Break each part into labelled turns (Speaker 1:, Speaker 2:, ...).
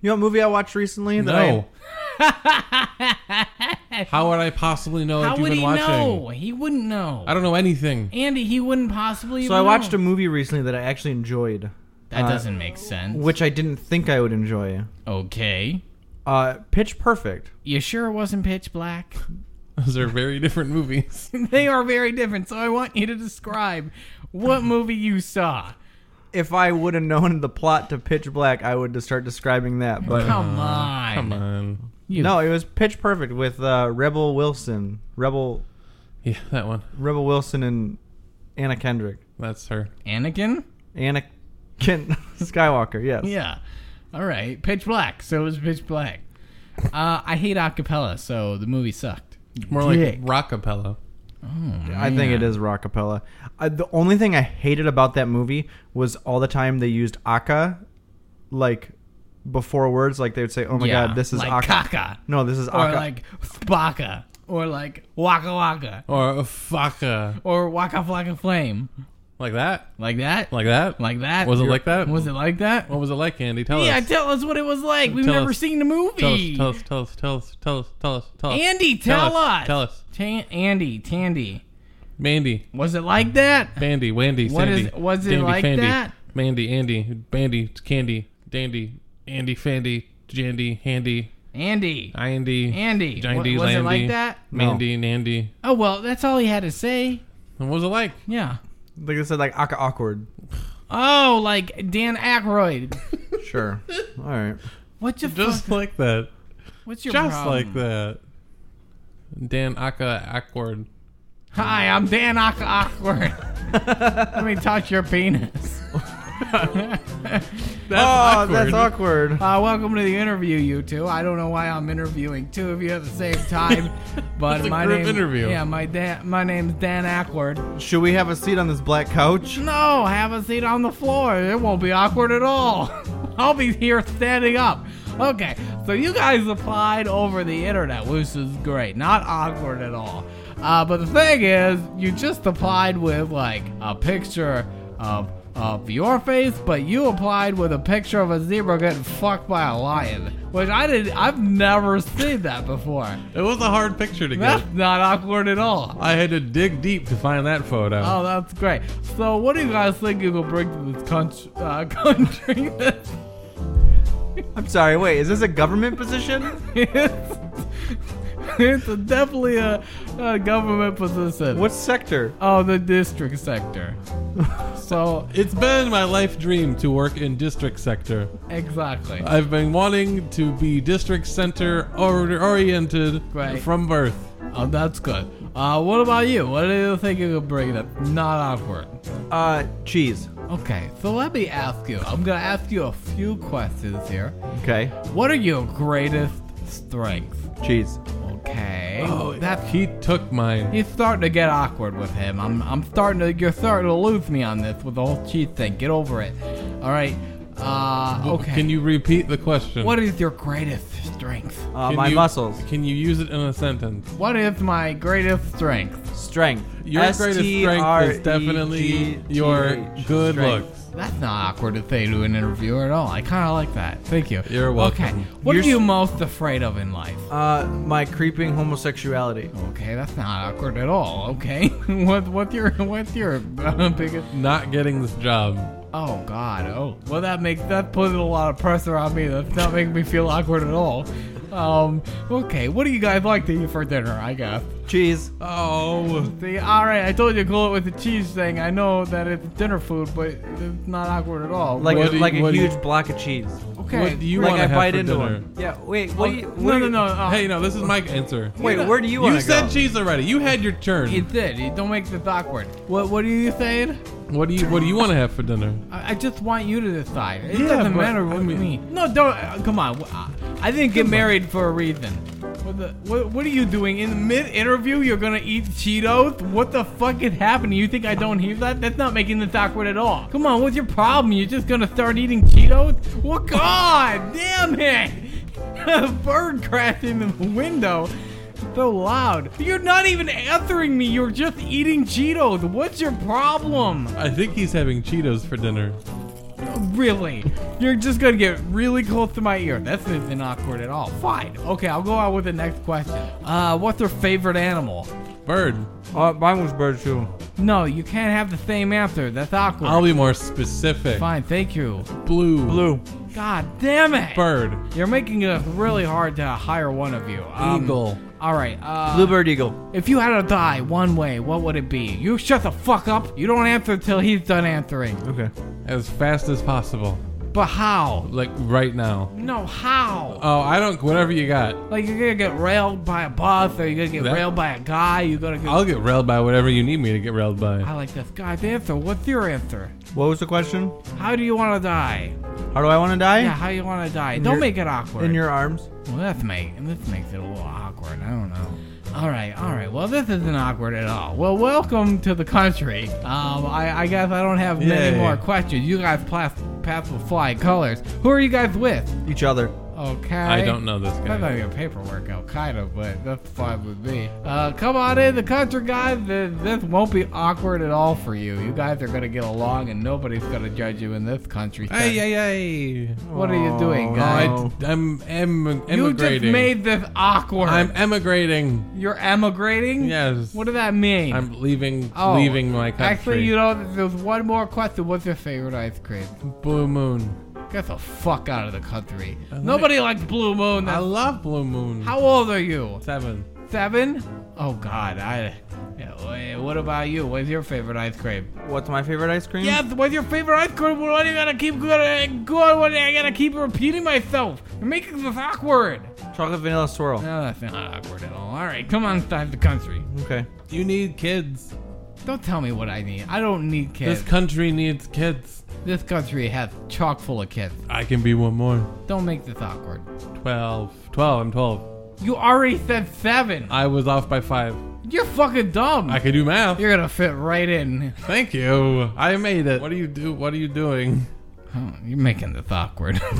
Speaker 1: You know what movie I watched recently? That I,
Speaker 2: No. How would I possibly know
Speaker 3: How
Speaker 2: if you've
Speaker 3: would
Speaker 2: been
Speaker 3: he
Speaker 2: watching?
Speaker 3: know? He wouldn't know.
Speaker 2: I don't know anything.
Speaker 3: Andy, he wouldn't possibly.
Speaker 1: so
Speaker 3: even
Speaker 1: I watched
Speaker 3: know.
Speaker 1: a movie recently that I actually enjoyed,
Speaker 3: That
Speaker 1: uh,
Speaker 3: doesn't make sense.
Speaker 1: which I didn't think I would enjoy.
Speaker 3: okay,
Speaker 1: Uh, Pitch Perfect.
Speaker 3: you sure it wasn't pitch black?
Speaker 2: Those are very different movies.
Speaker 3: they are very different. So I want you to describe what movie you saw.
Speaker 1: If I would have known the plot to Pitch Black, I would start describing that. But
Speaker 3: Come on.
Speaker 2: Uh, Come on.
Speaker 3: You-
Speaker 1: no, it was Pitch Perfect with uh, Rebel Wilson, Rebel
Speaker 2: Yeah, that one.
Speaker 1: Rebel Wilson and Anna Kendrick,
Speaker 2: That's her.
Speaker 3: Anakin?
Speaker 1: Anna Ken- Skywalker. Yes.
Speaker 3: Yeah. All right. Pitch black. So it was pitch black. Uh, I hate acapella, so the movie sucked.
Speaker 2: More like
Speaker 1: Dick.
Speaker 2: rockapella.
Speaker 1: I think it is rockapella. I, the only thing I hated about that movie was all the time they used "aka," like before words. Like they would say, "Oh my
Speaker 3: Yeah,
Speaker 1: god, this is
Speaker 3: like
Speaker 1: aka."
Speaker 3: caca.
Speaker 1: No, this is
Speaker 3: Or
Speaker 1: aka.
Speaker 3: like baka. Or like waka waka.
Speaker 2: Or uh, a faka.
Speaker 3: Or waka flaka flame.
Speaker 2: Like that?
Speaker 3: Like that?
Speaker 2: Like that?
Speaker 3: Like that?
Speaker 2: Was it like that?
Speaker 3: Was it like that?
Speaker 2: What was it like, Andy? Tell
Speaker 3: yeah,
Speaker 2: us.
Speaker 3: tell us what it was like. We've
Speaker 2: Tell
Speaker 3: never
Speaker 2: us.
Speaker 3: seen the
Speaker 2: tell
Speaker 3: movie.
Speaker 2: us. Tell us. Tell us. Tell us. Tell us. Tell us. Tell us.
Speaker 3: Andy, tell,
Speaker 2: Tell us.
Speaker 3: us.
Speaker 2: Tell us.
Speaker 3: Tan- Andy, Tandy.
Speaker 2: Mandy.
Speaker 3: Was it like that?
Speaker 2: Bandy. Wandy.
Speaker 3: What is-
Speaker 2: Sandy.
Speaker 3: was it
Speaker 2: Dandy,
Speaker 3: like
Speaker 2: Fandy,
Speaker 3: that?
Speaker 2: Mandy. Andy. Bandy. Candy. Dandy. Andy. Fandy. Jandy. Handy.
Speaker 3: Andy.
Speaker 2: Indy.
Speaker 3: Andy. wa-
Speaker 2: Jandy.
Speaker 3: was
Speaker 2: Landy.
Speaker 3: it like that?
Speaker 2: Mandy. Nandy.
Speaker 3: Oh, well, that's all he had to say.
Speaker 2: And What was it like?
Speaker 3: Yeah.
Speaker 1: Like I said, like aka awkward.
Speaker 3: Oh, like Dan Aykroyd.
Speaker 1: Sure. all right.
Speaker 3: What's your fu-
Speaker 2: Just like that.
Speaker 3: What's your
Speaker 2: Just
Speaker 3: problem?
Speaker 2: like that. Dan Aka Awkward.
Speaker 3: Hi, I'm Dan Ack- Awkward. Let me touch your penis.
Speaker 2: That's
Speaker 1: oh, that's awkward.
Speaker 3: Uh, welcome to the interview, you two. I don't know why I'm interviewing two of you at the same time, but
Speaker 2: It's a
Speaker 3: my
Speaker 2: group
Speaker 3: name
Speaker 2: interview.
Speaker 3: Yeah, my da- my name's Dan Ackard.
Speaker 1: Should we have a seat on this black couch?
Speaker 3: No, have a seat on the floor. It won't be awkward at all. I'll be here standing up. Okay, so you guys applied over the internet, which is great. Not awkward at all. Uh, but the thing is, you just applied with like a picture of of your face, but you applied with a picture of a zebra getting fucked by a lion, which I did. I've never seen that before.
Speaker 2: It was a hard picture to get.
Speaker 3: That's not awkward at all.
Speaker 2: I had to dig deep to find that photo.
Speaker 3: Oh, that's great. So, what do you guys think you could bring to this country? Uh, country that
Speaker 1: I'm sorry. Wait, is this a government position?
Speaker 3: is, it's definitely a, a government position.
Speaker 1: What sector?
Speaker 3: Oh, the district sector. so,
Speaker 2: It's been my life dream to work in district sector.
Speaker 3: exactly.
Speaker 2: I've been wanting to be district center or- oriented
Speaker 3: Right.
Speaker 2: from birth.
Speaker 3: Oh, that's good. Uh, what about you? What do you think you could bring that's not awkward?
Speaker 1: Uh, cheese.
Speaker 3: Okay, so let me ask you. I'm gonna ask you a few questions here.
Speaker 1: Okay,
Speaker 3: What are your greatest strengths?
Speaker 1: cheese.
Speaker 3: Okay.
Speaker 2: Oh, he took mine.
Speaker 3: He's starting to get awkward with him. I'm, I'm starting to, you're starting to lose me on this with the whole cheat thing. Get over it. All right. Uh,
Speaker 2: W-
Speaker 3: okay.
Speaker 2: Can you repeat the question?
Speaker 3: What is your greatest strength?
Speaker 1: Uh,
Speaker 2: Can
Speaker 1: my
Speaker 2: you-
Speaker 1: muscles.
Speaker 2: Can you use it in a sentence?
Speaker 3: What is my greatest strength?
Speaker 1: Strength.
Speaker 2: Your
Speaker 1: E
Speaker 2: greatest strength is definitely
Speaker 1: S-T-R-E-G-T-H.
Speaker 2: your good
Speaker 1: Strength.
Speaker 2: looks.
Speaker 3: That's not awkward to say to an interviewer at all. I kind of like that. Thank you.
Speaker 2: You're welcome.
Speaker 3: Okay. What
Speaker 1: You're
Speaker 3: are you
Speaker 1: s-
Speaker 3: most afraid of in life?
Speaker 1: Uh, my creeping homosexuality.
Speaker 3: Okay, that's not awkward at all. Okay. what what's your what's your uh, biggest
Speaker 2: Not getting this job.
Speaker 3: Oh God! Oh, well, that makes that put a lot of pressure on me. That's not making me feel awkward at all. Um, okay, what do you guys like to eat for dinner? I guess.
Speaker 1: Cheese.
Speaker 2: Oh.
Speaker 3: See, all right, I told you to go with the cheese thing. I know that it's dinner food, but it's not awkward at all.
Speaker 1: Like
Speaker 2: What
Speaker 1: a,
Speaker 2: do you-
Speaker 1: like a
Speaker 2: what do you-
Speaker 1: huge block of cheese.
Speaker 3: okay,
Speaker 2: What do you
Speaker 1: like
Speaker 2: wanna
Speaker 1: I
Speaker 2: have
Speaker 1: bite
Speaker 2: for
Speaker 1: into
Speaker 2: dinner?
Speaker 1: one. Yeah. Wait. What? do you,
Speaker 3: no,
Speaker 1: where
Speaker 3: no,
Speaker 1: do
Speaker 3: no,
Speaker 1: you-
Speaker 3: uh,
Speaker 2: Hey, no, this is my answer.
Speaker 1: Wait. Where do you want
Speaker 2: You
Speaker 1: to
Speaker 2: said
Speaker 1: go?
Speaker 2: cheese already. You had your turn.
Speaker 3: It did. It don't make this awkward. What What are you saying?
Speaker 2: What do you What do you want to have for dinner?
Speaker 3: I, I just want you to decide. It
Speaker 2: Yeah,
Speaker 3: doesn't
Speaker 2: but,
Speaker 3: matter what
Speaker 2: I mean-
Speaker 3: me. No, don't. Uh, come on. I, I didn't get married for a reason. What, the, what, what are you doing in mid interview? You're gonna eat Cheetos? What the fuck is happening? You think I don't hear that? That's not making this awkward at all. Come on, what's your problem? You're just gonna start eating Cheetos? What? God damn it! A bird crashed in the window. So loud. You're not even answering me. You're just eating Cheetos. What's your problem?
Speaker 2: I think he's having Cheetos for dinner.
Speaker 3: Really? You're just gonna get really close to my ear. That's isn't awkward at all. Fine. Okay, I'll go out with the next question. Uh, what's your favorite animal?
Speaker 2: Bird.
Speaker 1: Uh, mine was bird too.
Speaker 3: No, you can't have the same answer. That's awkward.
Speaker 2: I'll be more specific.
Speaker 3: Fine, thank you.
Speaker 2: Blue.
Speaker 1: Blue.
Speaker 3: God damn it!
Speaker 2: Bird.
Speaker 3: You're making it really hard to hire one of you. Um,
Speaker 2: Eagle.
Speaker 3: All right. Uh,
Speaker 1: Bluebird eagle.
Speaker 3: If you had to die one way, what would it be? You shut the fuck up. You don't answer till he's done answering.
Speaker 1: Okay.
Speaker 2: As fast as possible.
Speaker 3: But how?
Speaker 2: Like right now.
Speaker 3: No, how?
Speaker 2: Oh, I don't. Whatever you got.
Speaker 3: Like you're gonna get railed by a bus, or you're gonna get
Speaker 2: That-
Speaker 3: railed by a guy. You're gonna get.
Speaker 2: I'll get railed by whatever you need me to get railed by.
Speaker 3: I like this guy's answer. What's your answer?
Speaker 1: What was the question?
Speaker 3: How do you want to die?
Speaker 1: How do I want to die?
Speaker 3: Yeah, how you want to die?
Speaker 1: In
Speaker 3: Don't
Speaker 1: your-
Speaker 3: make it awkward.
Speaker 1: In your arms.
Speaker 3: well, that's make this makes it a little awkward. I don't know. All right, all right. Well, this isn't awkward at all. Well, welcome to the country. Um, I, I guess I don't have many
Speaker 1: Yay.
Speaker 3: more questions. You guys pass, pass with flying colors. Who are you guys with?
Speaker 1: Each other.
Speaker 3: Okay.
Speaker 2: I don't know this
Speaker 3: That's not
Speaker 2: guy.
Speaker 3: even paperwork out, kind of, but that's fine with me. Uh, come on in, the country guys. This, this won't be awkward at all for you. You guys are gonna get along, and nobody's gonna judge you in this country.
Speaker 2: Hey, hey, hey.
Speaker 3: What are you doing,
Speaker 1: Oh,
Speaker 3: guy?
Speaker 1: no.
Speaker 2: I, am em-
Speaker 3: You
Speaker 2: emigrating.
Speaker 3: just made this awkward.
Speaker 2: I'm emigrating.
Speaker 3: You're emigrating.
Speaker 2: Yes.
Speaker 3: What does that mean?
Speaker 2: I'm leaving.
Speaker 3: Oh,
Speaker 2: leaving my country.
Speaker 3: Actually, you know, there's one more question. What's your favorite ice cream?
Speaker 2: Blue Moon.
Speaker 3: Get the fuck out of the country.
Speaker 2: like-
Speaker 3: Nobody likes Blue Moon.
Speaker 2: I
Speaker 3: That's-
Speaker 2: love Blue Moon.
Speaker 3: How old are you?
Speaker 2: Seven.
Speaker 3: Seven? Oh God, I. yeah, wait, What about you? What's your favorite ice cream?
Speaker 1: What's my favorite ice cream?
Speaker 3: Yes, Mm. what's your favorite ice cream? Why do you gotta keep going? Going? Why do I gotta keep repeating myself? You're making this awkward.
Speaker 1: Chocolate vanilla swirl.
Speaker 3: No, that's not awkward at all. All right, come on inside the country.
Speaker 1: Okay.
Speaker 2: You need kids.
Speaker 3: Don't tell me what I need. I don't need kids.
Speaker 2: This
Speaker 3: This,
Speaker 2: country needs kids.
Speaker 3: country has chock full of kids.
Speaker 2: I can be one more.
Speaker 3: Don't make this awkward.
Speaker 2: 12. 12. I'm 12.
Speaker 3: You already said seven.
Speaker 2: I was off by five.
Speaker 3: You're fucking dumb.
Speaker 2: I can do math.
Speaker 3: You're gonna fit right in.
Speaker 2: Thank you. I made it. What are you do? What are you doing?
Speaker 3: Oh, you're making this awkward.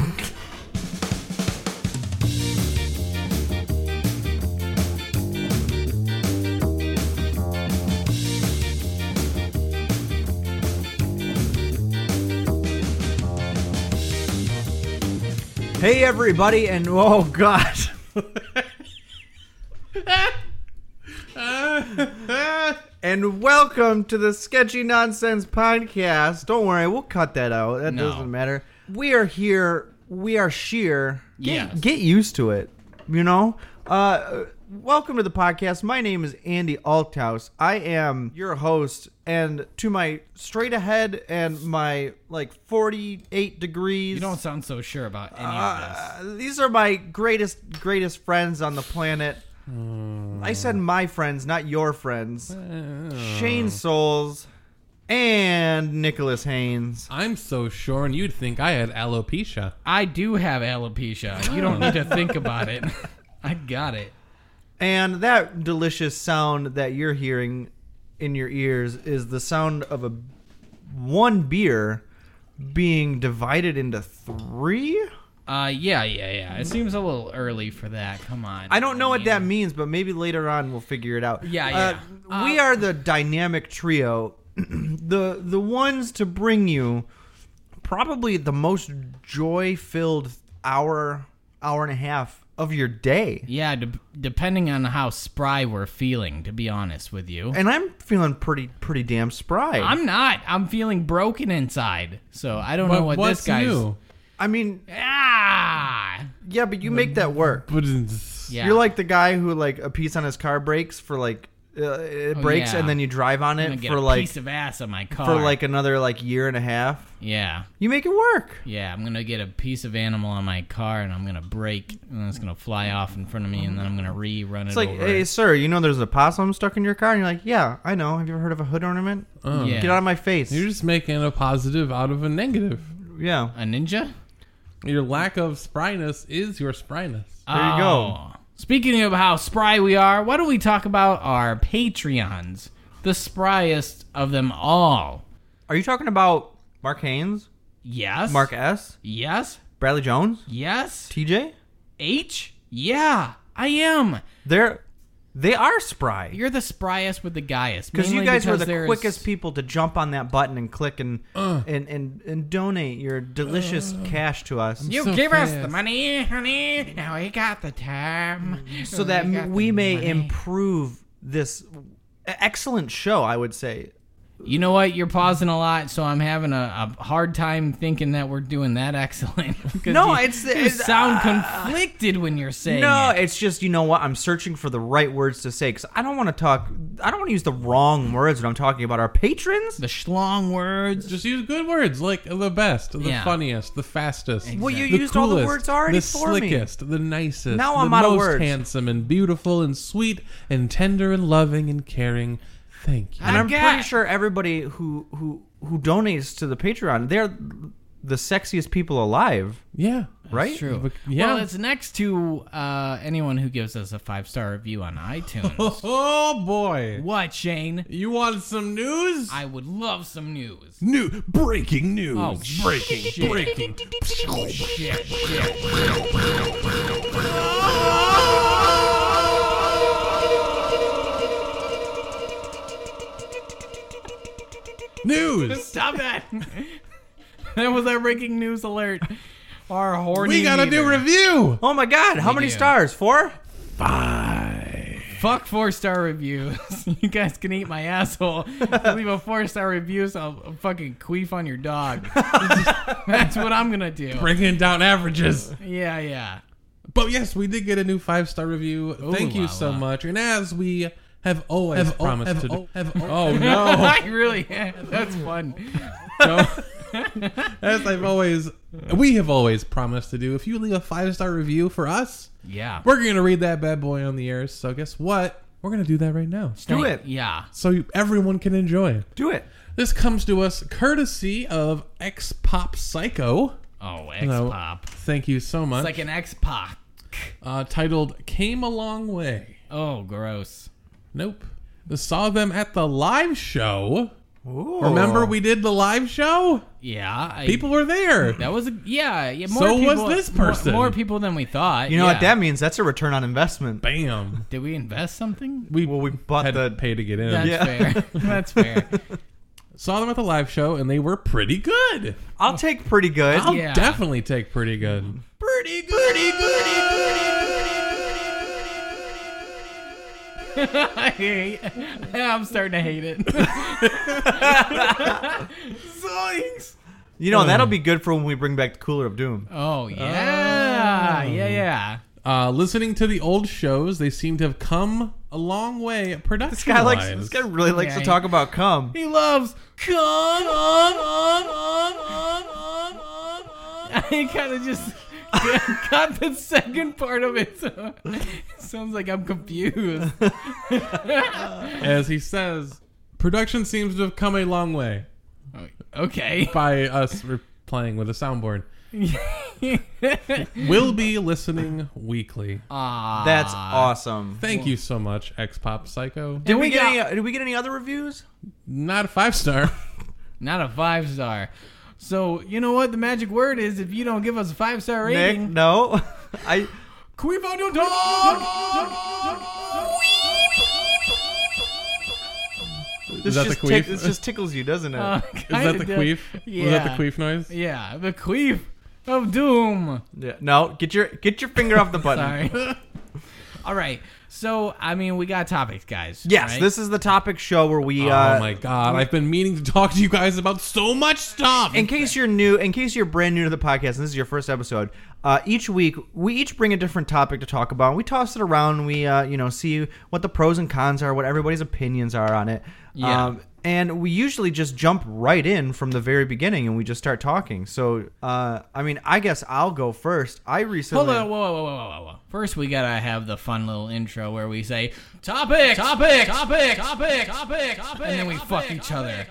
Speaker 1: Hey everybody, and oh god. and welcome to the Sketchy Nonsense Podcast. Don't worry, we'll cut that out. That
Speaker 3: No.
Speaker 1: doesn't matter. We are here. We are sheer. Get,
Speaker 3: Yes.
Speaker 1: get used to it. You know. Uh, welcome to the podcast. My name is Andy Althouse. I am your host, and to my straight ahead and my like forty-eight degrees.
Speaker 3: You don't sound so sure about any of this.
Speaker 1: Uh, these are my greatest greatest friends on the planet. I said my friends, not your friends. Shane Souls and Nicholas Haynes.
Speaker 2: I'm so shorn. You'd think I had alopecia.
Speaker 3: I do have alopecia. You don't need to think about it. I got it.
Speaker 1: And that delicious sound that you're hearing in your ears is the sound of a one beer being divided into three?
Speaker 3: Uh, yeah, yeah, yeah. It seems a little early for that. Come on.
Speaker 1: I don't know what that means, but maybe later on we'll figure it out.
Speaker 3: Yeah,
Speaker 1: Uh,
Speaker 3: yeah.
Speaker 1: we
Speaker 3: Uh,
Speaker 1: are the dynamic trio, the the ones to bring you probably the most joy filled hour hour and a half of your day.
Speaker 3: Yeah, de- depending on how spry we're feeling, to be honest with you.
Speaker 1: And I'm feeling pretty pretty damn spry.
Speaker 3: I'm not. I'm feeling broken inside. So I don't know
Speaker 2: But
Speaker 3: what
Speaker 2: what's
Speaker 3: this guy's.
Speaker 2: new?
Speaker 1: I mean,
Speaker 3: Ah!
Speaker 1: yeah, but you make that work.
Speaker 2: But
Speaker 3: Yeah.
Speaker 1: You're like the guy who like a piece on his car breaks for like uh, it breaks
Speaker 3: yeah.
Speaker 1: and then you drive on
Speaker 3: I'm gonna
Speaker 1: it
Speaker 3: get
Speaker 1: for
Speaker 3: a
Speaker 1: like
Speaker 3: piece of ass on my car.
Speaker 1: for like another like year and a half.
Speaker 3: Yeah.
Speaker 1: You make it work.
Speaker 3: Yeah, I'm gonna get a piece of animal on my car and I'm gonna break and it's gonna fly off in front of me and then I'm gonna rerun it
Speaker 1: It's like,
Speaker 3: over.
Speaker 1: hey, sir, you know there's a possum stuck in your car? And you're like, yeah, I know. Have you ever heard of a hood ornament?
Speaker 2: Oh.
Speaker 3: Yeah.
Speaker 1: Get out of my face.
Speaker 2: You're just making a positive out of a negative.
Speaker 1: yeah.
Speaker 3: a ninja?
Speaker 2: Your lack of spryness is your spryness.
Speaker 1: There you go.
Speaker 3: Oh. Speaking of how spry we are, why don't we talk about our Patreons? The spryest of them all.
Speaker 1: Are you talking about Mark Haynes,
Speaker 3: Yes.
Speaker 1: Mark S.,
Speaker 3: Yes.
Speaker 1: Bradley Jones,
Speaker 3: Yes.
Speaker 1: TJ?
Speaker 3: H? Yeah, I am.
Speaker 1: They're They are spry.
Speaker 3: You're the spryest with the guyest.
Speaker 1: because you
Speaker 3: mainly
Speaker 1: guys were
Speaker 3: because
Speaker 1: the
Speaker 3: there's-
Speaker 1: quickest people to jump on that button and click and and, and and donate your delicious cash to us
Speaker 3: You
Speaker 2: so
Speaker 3: give us the
Speaker 2: fast.
Speaker 3: money, honey. Now we got the time.
Speaker 1: so that
Speaker 3: we got
Speaker 1: we
Speaker 3: the
Speaker 1: may
Speaker 3: money.
Speaker 1: improve this e-, excellent show i would say
Speaker 3: You know what? You're pausing a lot, so I'm having a, a hard time thinking that we're doing that excellent. 'Cause
Speaker 1: No,
Speaker 3: you-
Speaker 1: it's-
Speaker 3: you
Speaker 1: it's- uh,
Speaker 3: sound conflicted when you're saying
Speaker 1: no
Speaker 3: it.
Speaker 1: it's just you know what i'm searching for the right words to say because i don't want to talk i don't want to use the wrong words when i'm talking about our patrons
Speaker 3: the schlong words.
Speaker 2: Just use good words, like the best, the
Speaker 3: Yeah.
Speaker 2: funniest, the fastest.
Speaker 1: well you
Speaker 2: The
Speaker 1: used all the
Speaker 2: coolest,
Speaker 1: words already
Speaker 2: the
Speaker 1: for me
Speaker 2: slickest, the nicest,
Speaker 1: Now I'm
Speaker 2: the
Speaker 1: out of
Speaker 2: most
Speaker 1: words.
Speaker 2: handsome and beautiful and sweet and tender and loving and caring. Thank you.
Speaker 1: and
Speaker 3: I
Speaker 1: i'm
Speaker 3: got-
Speaker 1: pretty sure everybody who who who donates to the patreon they're the sexiest people alive
Speaker 2: yeah,
Speaker 1: right
Speaker 3: It's true.
Speaker 2: But- yeah.
Speaker 3: Well, it's next to uh, anyone who gives us a five star review on iTunes.
Speaker 2: Oh boy,
Speaker 3: what, Shane?
Speaker 2: you want some news?
Speaker 3: I would love some news.
Speaker 2: New breaking news.
Speaker 3: Oh,
Speaker 2: breaking,
Speaker 3: shit.
Speaker 2: breaking.
Speaker 3: Shit, shit.
Speaker 2: news.
Speaker 3: Stop that. that was our breaking news alert. Our horny.
Speaker 2: We gotta do
Speaker 3: meter.
Speaker 2: review.
Speaker 1: oh my god how many
Speaker 3: do.
Speaker 1: stars four
Speaker 3: Fuck four star reviews. you guys can eat my asshole. Leave a four star review, so I'll fucking queef on your dog. That's what I'm gonna do.
Speaker 2: Breaking down averages.
Speaker 3: Yeah, yeah.
Speaker 2: But yes, we did get a new five star review. Thank you
Speaker 3: la,
Speaker 2: so
Speaker 3: la.
Speaker 2: much. And as we have always promised to do. oh no!
Speaker 3: I really That's fun.
Speaker 2: No. as I've always, we have always promised to do. If you leave a five star review for us,
Speaker 3: Yeah.
Speaker 2: we're gonna read that bad boy on the air. So guess what? We're gonna do that right now,
Speaker 1: do it
Speaker 3: Yeah.
Speaker 2: so you- everyone can enjoy it.
Speaker 1: do it
Speaker 2: This comes to us courtesy of X Pop Psycho.
Speaker 3: Oh, X
Speaker 2: No.
Speaker 3: pop.
Speaker 2: Thank you so much.
Speaker 3: It's like an X pop.
Speaker 2: uh, titled "Came a Long Way."
Speaker 3: Oh, gross.
Speaker 2: Nope. Saw them at the live show.
Speaker 1: Ooh.
Speaker 2: Remember we did the live show?
Speaker 3: Yeah. I,
Speaker 2: People were there.
Speaker 3: That was a, yeah. yeah more
Speaker 2: So was
Speaker 3: people-
Speaker 2: this
Speaker 3: more-
Speaker 2: person.
Speaker 3: More, people than we thought.
Speaker 1: You know what
Speaker 3: yeah.
Speaker 1: that means? That's a return on investment.
Speaker 2: Bam.
Speaker 3: Did we invest something?
Speaker 2: We
Speaker 1: Well, we bought
Speaker 2: had
Speaker 1: the-
Speaker 2: to pay to get in.
Speaker 3: That's
Speaker 1: Yeah.
Speaker 3: fair. That's fair.
Speaker 2: Saw them at the live show and they were pretty good.
Speaker 1: I'll take pretty good.
Speaker 2: I'll
Speaker 3: Yeah.
Speaker 2: definitely take pretty good. Pretty good. Pretty
Speaker 3: I hate- I'm starting to hate it. Zoinks!
Speaker 1: you
Speaker 3: Mm.
Speaker 1: know, that'll be good for when we bring back the Cooler of Doom.
Speaker 3: Oh yeah, yeah, yeah.
Speaker 2: Uh, listening to the old shows, they seem to have come a long way production
Speaker 1: This guy likes. This guy really likes
Speaker 3: Yeah.
Speaker 1: to talk about cum.
Speaker 3: He loves. Come on, on, on, on, on, on, on. I kind of just got the second part of it. So it sounds like I'm confused.
Speaker 2: As he says, production seems to have come a long way
Speaker 3: Okay.
Speaker 2: by us re- playing with a soundboard. We'll be listening weekly.
Speaker 3: Ah,
Speaker 1: That's awesome.
Speaker 2: Thank you so much, X Pop Psycho.
Speaker 1: Did
Speaker 3: And
Speaker 1: we,
Speaker 3: we
Speaker 1: get
Speaker 3: got-
Speaker 1: any? Did we get any other reviews?
Speaker 2: Not a five star.
Speaker 3: not a five star. So you know what the magic word is? If you don't give us a five star
Speaker 1: Nick,
Speaker 3: rating,
Speaker 1: no. I.
Speaker 3: Queef on your dog!
Speaker 1: This
Speaker 2: that the
Speaker 1: just
Speaker 2: queef?
Speaker 1: this just tickles you, doesn't it?
Speaker 3: Uh,
Speaker 2: Is that the
Speaker 3: kinda.
Speaker 2: queef?
Speaker 3: Yeah.
Speaker 2: Was that the queef noise?
Speaker 3: Yeah, the queef of doom.
Speaker 1: yeah. No. Get your get your finger off the button.
Speaker 3: Sorry. All right. So, I mean, we got topics, guys.
Speaker 1: Yes,
Speaker 3: right?
Speaker 1: this is the topic show where we.
Speaker 2: oh
Speaker 1: uh,
Speaker 2: my god, I've been meaning to talk to you guys about so much stuff.
Speaker 1: in case you're new, in case you're brand new to the podcast, and this is your first episode, uh, each week we each bring a different topic to talk about. We toss it around. We uh, you know see what the pros and cons are, what everybody's opinions are on it. Um,
Speaker 3: Yeah.
Speaker 1: and we usually just jump right in from the very beginning and we just start talking. So uh, I mean, I guess I'll go first. I recently.
Speaker 3: Hold on, whoa, whoa, whoa, whoa, whoa, whoa. First, we gotta have the fun little intro where we say topics, topics, topics, topics, topics, and then we fuck each other.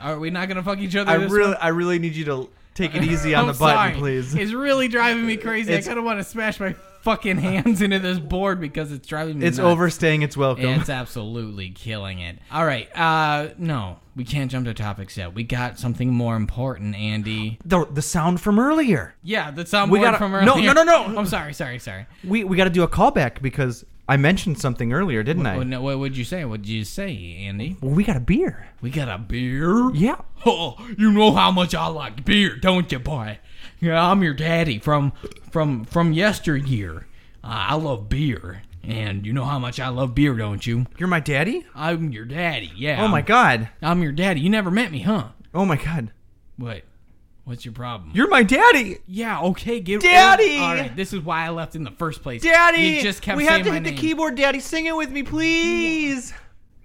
Speaker 3: Are we not gonna fuck each other?
Speaker 1: I
Speaker 3: this
Speaker 1: really, I really need you to take it easy on
Speaker 3: I'm
Speaker 1: the button,
Speaker 3: sorry.
Speaker 1: please.
Speaker 3: It's really driving me crazy.
Speaker 1: It's-
Speaker 3: I kind of want to smash my fucking hands into this board because it's driving me.
Speaker 1: It's
Speaker 3: nuts.
Speaker 1: overstaying its welcome.
Speaker 3: It's absolutely killing it. All right. Uh, no, we can't jump to topics yet. We got something more important, Andy.
Speaker 1: the, the sound from earlier.
Speaker 3: Yeah, that's on
Speaker 1: We
Speaker 3: board
Speaker 1: gotta-
Speaker 3: from
Speaker 1: no,
Speaker 3: earlier.
Speaker 1: no, no, no.
Speaker 3: I'm sorry, sorry, sorry.
Speaker 1: We we got to do a callback because I mentioned something earlier, didn't I?
Speaker 3: What, what would you say? What would you say, Andy?
Speaker 1: Well, we got a beer.
Speaker 3: We got a beer?
Speaker 1: Yeah.
Speaker 3: Oh, you know how much I like beer, don't you, boy? Yeah, I'm your daddy from from from yesteryear. Uh, I love beer, and you know how much I love beer, don't you?
Speaker 1: You're my daddy?
Speaker 3: I'm your daddy. Yeah.
Speaker 1: Oh my
Speaker 3: I'm-
Speaker 1: god.
Speaker 3: I'm your daddy. You never met me, huh?
Speaker 1: Oh my god.
Speaker 3: Wait. What's your problem?
Speaker 1: You're my daddy.
Speaker 3: yeah, okay, get
Speaker 1: Daddy!
Speaker 3: All right, this is why I left in the first place.
Speaker 1: Daddy.
Speaker 3: you just kept
Speaker 1: We
Speaker 3: saying
Speaker 1: have to
Speaker 3: my
Speaker 1: hit the
Speaker 3: name.
Speaker 1: keyboard, daddy. Sing it with me, please.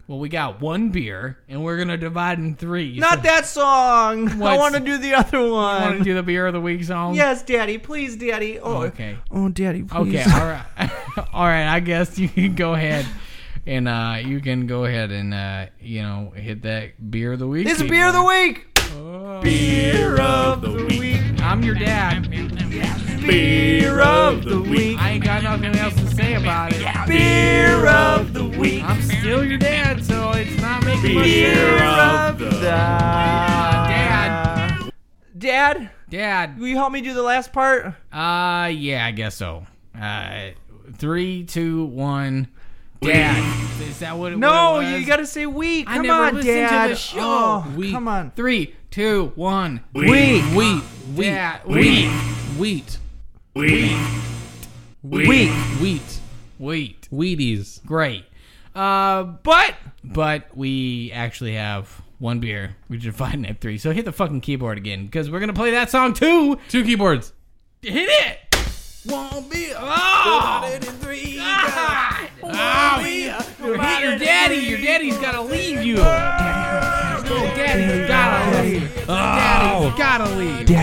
Speaker 3: Well, we got one beer, and we're gonna divide in three.
Speaker 1: Not that song. I
Speaker 3: What's-
Speaker 1: want to do the other
Speaker 3: Want
Speaker 1: one.
Speaker 3: to do the beer of the week song?
Speaker 1: yes, daddy. Please, daddy. Oh.
Speaker 3: Okay.
Speaker 1: Oh, daddy, please.
Speaker 3: Okay. all right. all right. I guess you can go ahead and uh, you can go ahead and uh, you know hit that beer of the week. Oh.
Speaker 1: It's beer of the week. Beer of the week.
Speaker 3: I'm your dad.
Speaker 1: Beer of the week.
Speaker 3: I ain't got nothing else to say about it.
Speaker 1: Beer of the week.
Speaker 3: I'm still your dad, so it's not making much
Speaker 1: Beer
Speaker 3: sense.
Speaker 1: of the Dad. Dad,
Speaker 3: Dad.
Speaker 1: will you help me do the last part?
Speaker 3: Uh, yeah, I guess so. Uh, three, two, one. Dad. Is that what it
Speaker 1: No,
Speaker 3: what it was?
Speaker 1: you gotta say we.
Speaker 3: I
Speaker 1: Come
Speaker 3: never
Speaker 1: on,
Speaker 3: listened to
Speaker 1: Dad.
Speaker 3: the show.
Speaker 1: Oh,
Speaker 2: We-
Speaker 1: Come on.
Speaker 3: Three, two, one.
Speaker 2: Wheat. Wheat. Wheat.
Speaker 3: Dad.
Speaker 2: Wheat. Wheat. Wheat. Wheat. Wheat.
Speaker 3: Wait.
Speaker 2: Wheaties.
Speaker 3: great. Uh, but but we actually have one beer. We're dividing at three. So hit the fucking keyboard again because we're gonna play that song too.
Speaker 2: Two keyboards.
Speaker 3: Hit it. One beer. Oh, God. Oh, you hit your daddy. Your daddy's gotta leave you. Daddy's gotta leave. Daddy's gotta leave. No,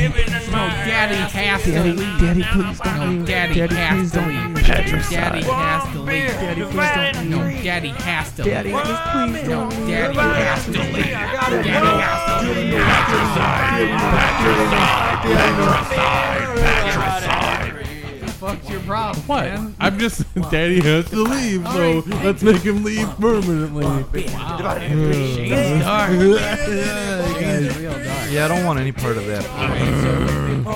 Speaker 3: daddy has to leave.
Speaker 1: Daddy, please don't
Speaker 3: No,
Speaker 1: leave.
Speaker 3: daddy has
Speaker 1: please
Speaker 3: to
Speaker 1: don't
Speaker 3: leave.
Speaker 1: leave.
Speaker 3: Daddy has to leave. Daddy, please don't. No, daddy has to leave.
Speaker 1: Daddy, just please don't leave.
Speaker 3: Daddy has to leave. Daddy has to leave. What's your problem?
Speaker 2: What?
Speaker 3: man?
Speaker 2: I'm just. Daddy has to leave, so let's make him leave permanently.
Speaker 3: Shane's dark.
Speaker 2: Yeah, guys.
Speaker 3: Real dark.
Speaker 1: Yeah, I don't want any part of that.